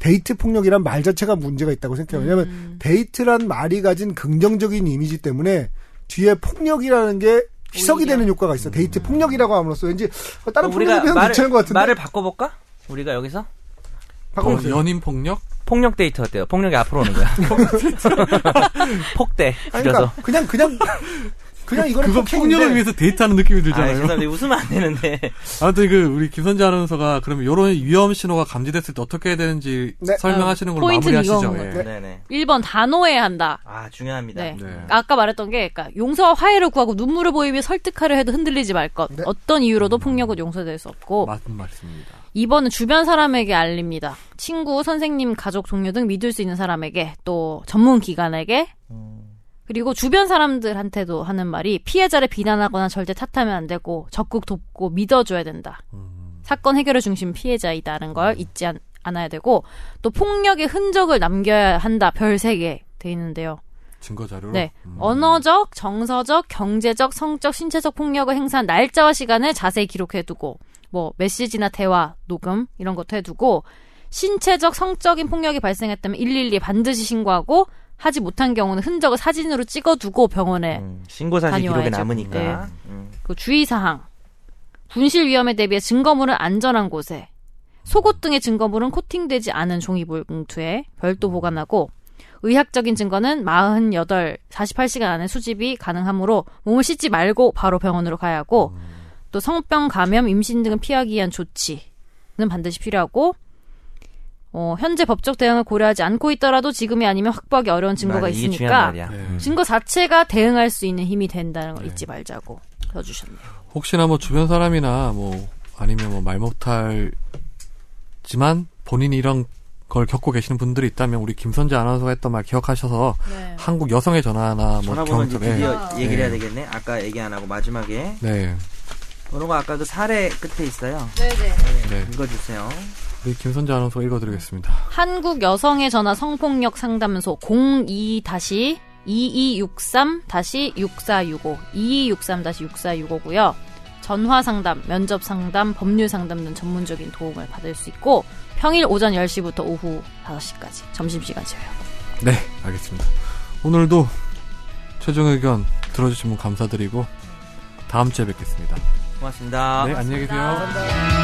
S3: 데이트 폭력이란 말 자체가 문제가 있다고 생각해요. 왜냐하면
S2: 음.
S3: 데이트란 말이 가진 긍정적인 이미지 때문에 뒤에 폭력이라는 게 희석이 되는 효과가 있어. 데이트 폭력이라고 함으로써 왠지 어, 다른
S2: 어, 음. 우리가
S3: 폭력에 비해서
S2: 말을,
S3: 괜찮은 것 같은데.
S2: 말을 바꿔볼까? 우리가 여기서?
S1: 어,
S3: 바꿔보세요.
S1: 연인 폭력?
S2: 폭력 데이트 어때요? *laughs* 폭력이 앞으로 오는 거야. 폭대.
S3: 아니,
S2: 줄여서.
S3: 그러니까 그냥 그냥 그냥 이거는
S1: 그거
S3: 폭행인데
S1: 폭력을 위해서 데이트하는 느낌이
S2: 아,
S1: 들잖아요.
S2: 죄송합니다. 웃으면 안 되는데.
S1: 아무튼 그 우리 김선재 아나운서가 그러면 이런 위험 신호가 감지됐을 때 어떻게 해야 되는지
S3: 네.
S1: 설명하시는 걸로
S4: 포인트는
S1: 마무리하시죠.
S4: 이거인
S1: 예.
S4: 것
S3: 네.
S2: 네네.
S4: 1번 단호해야 한다.
S2: 아, 중요합니다.
S4: 네.
S1: 네.
S4: 아까 말했던 게, 그러니까 용서와 화해를 구하고 눈물을 보이며 설득하려 해도 흔들리지 말 것.
S3: 네.
S4: 어떤 이유로도 폭력은 용서될 수 없고.
S1: 맞는 말씀입니다.
S4: 2번은 주변 사람에게 알립니다. 친구, 선생님, 가족, 동료 등 믿을 수 있는 사람에게, 또 전문 기관에게, 그리고 주변 사람들한테도 하는 말이 피해자를 비난하거나 절대 탓하면 안 되고 적극 돕고 믿어줘야 된다.
S1: 음,
S4: 사건 해결의 중심 피해자이다는 걸 잊지 않, 아야 되고 또 폭력의 흔적을 남겨야 한다. 별 세 개 돼 있는데요.
S1: 증거 자료로. 음.
S4: 네. 언어적, 정서적, 경제적, 성적, 신체적 폭력을 행사한 날짜와 시간을 자세히 기록해두고, 뭐, 메시지나 대화, 녹음, 이런 것도 해두고, 신체적 성적인 폭력이 발생했다면 112에 반드시 신고하고 하지 못한 경우는 흔적을 사진으로 찍어두고 병원에
S2: 음, 신고 사실 기록에
S4: 다녀와야죠.
S2: 남으니까. 음.
S4: 그 주의사항. 분실 위험에 대비해 증거물은 안전한 곳에, 속옷 등의 증거물은 코팅되지 않은 종이 봉투에 별도 보관하고, 의학적인 증거는 48, 48시간 안에 수집이 가능하므로 몸을 씻지 말고 바로 병원으로 가야 하고, 또 성병, 감염, 임신 등은 피하기 위한 조치는 반드시 필요하고, 어, 현재 법적 대응을 고려하지 않고 있더라도 지금이 아니면 확보하기 어려운 증거가
S2: 맞아, 이게 중요한
S4: 있으니까
S2: 말이야.
S1: 네.
S4: 증거 자체가 대응할 수 있는 힘이 된다는 걸 잊지 말자고 써주셨네요.
S1: 혹시나 뭐 주변 사람이나 뭐 아니면 뭐 말 못할지만 본인이 이런 걸 겪고 계시는 분들이 있다면 우리 김선재 아나운서가 했던 말 기억하셔서
S4: 네.
S1: 한국 여성의 전화나 뭐
S2: 전화번호 이제
S1: 경찰에
S2: 드디어
S1: 네.
S2: 얘기를 해야 되겠네. 아까 얘기 안 하고 마지막에
S1: 네,
S2: 그런 거 아까 그 사례 끝에 있어요.
S4: 네네.
S1: 네.
S2: 읽어주세요.
S1: 우리 김선재 아나운서 읽어드리겠습니다.
S4: 한국 여성의 전화 성폭력 상담소 02-2263-6465 2263-6465고요. 전화 상담, 면접 상담, 법률 상담 등 전문적인 도움을 받을 수 있고 평일 오전 10시부터 오후 5시까지 점심시간이에요.
S1: 네, 알겠습니다. 오늘도 최종 의견 들어주신 분 감사드리고 다음 주에 뵙겠습니다.
S2: 고맙습니다.
S1: 네, 안녕히 계세요.
S3: 감사합니다.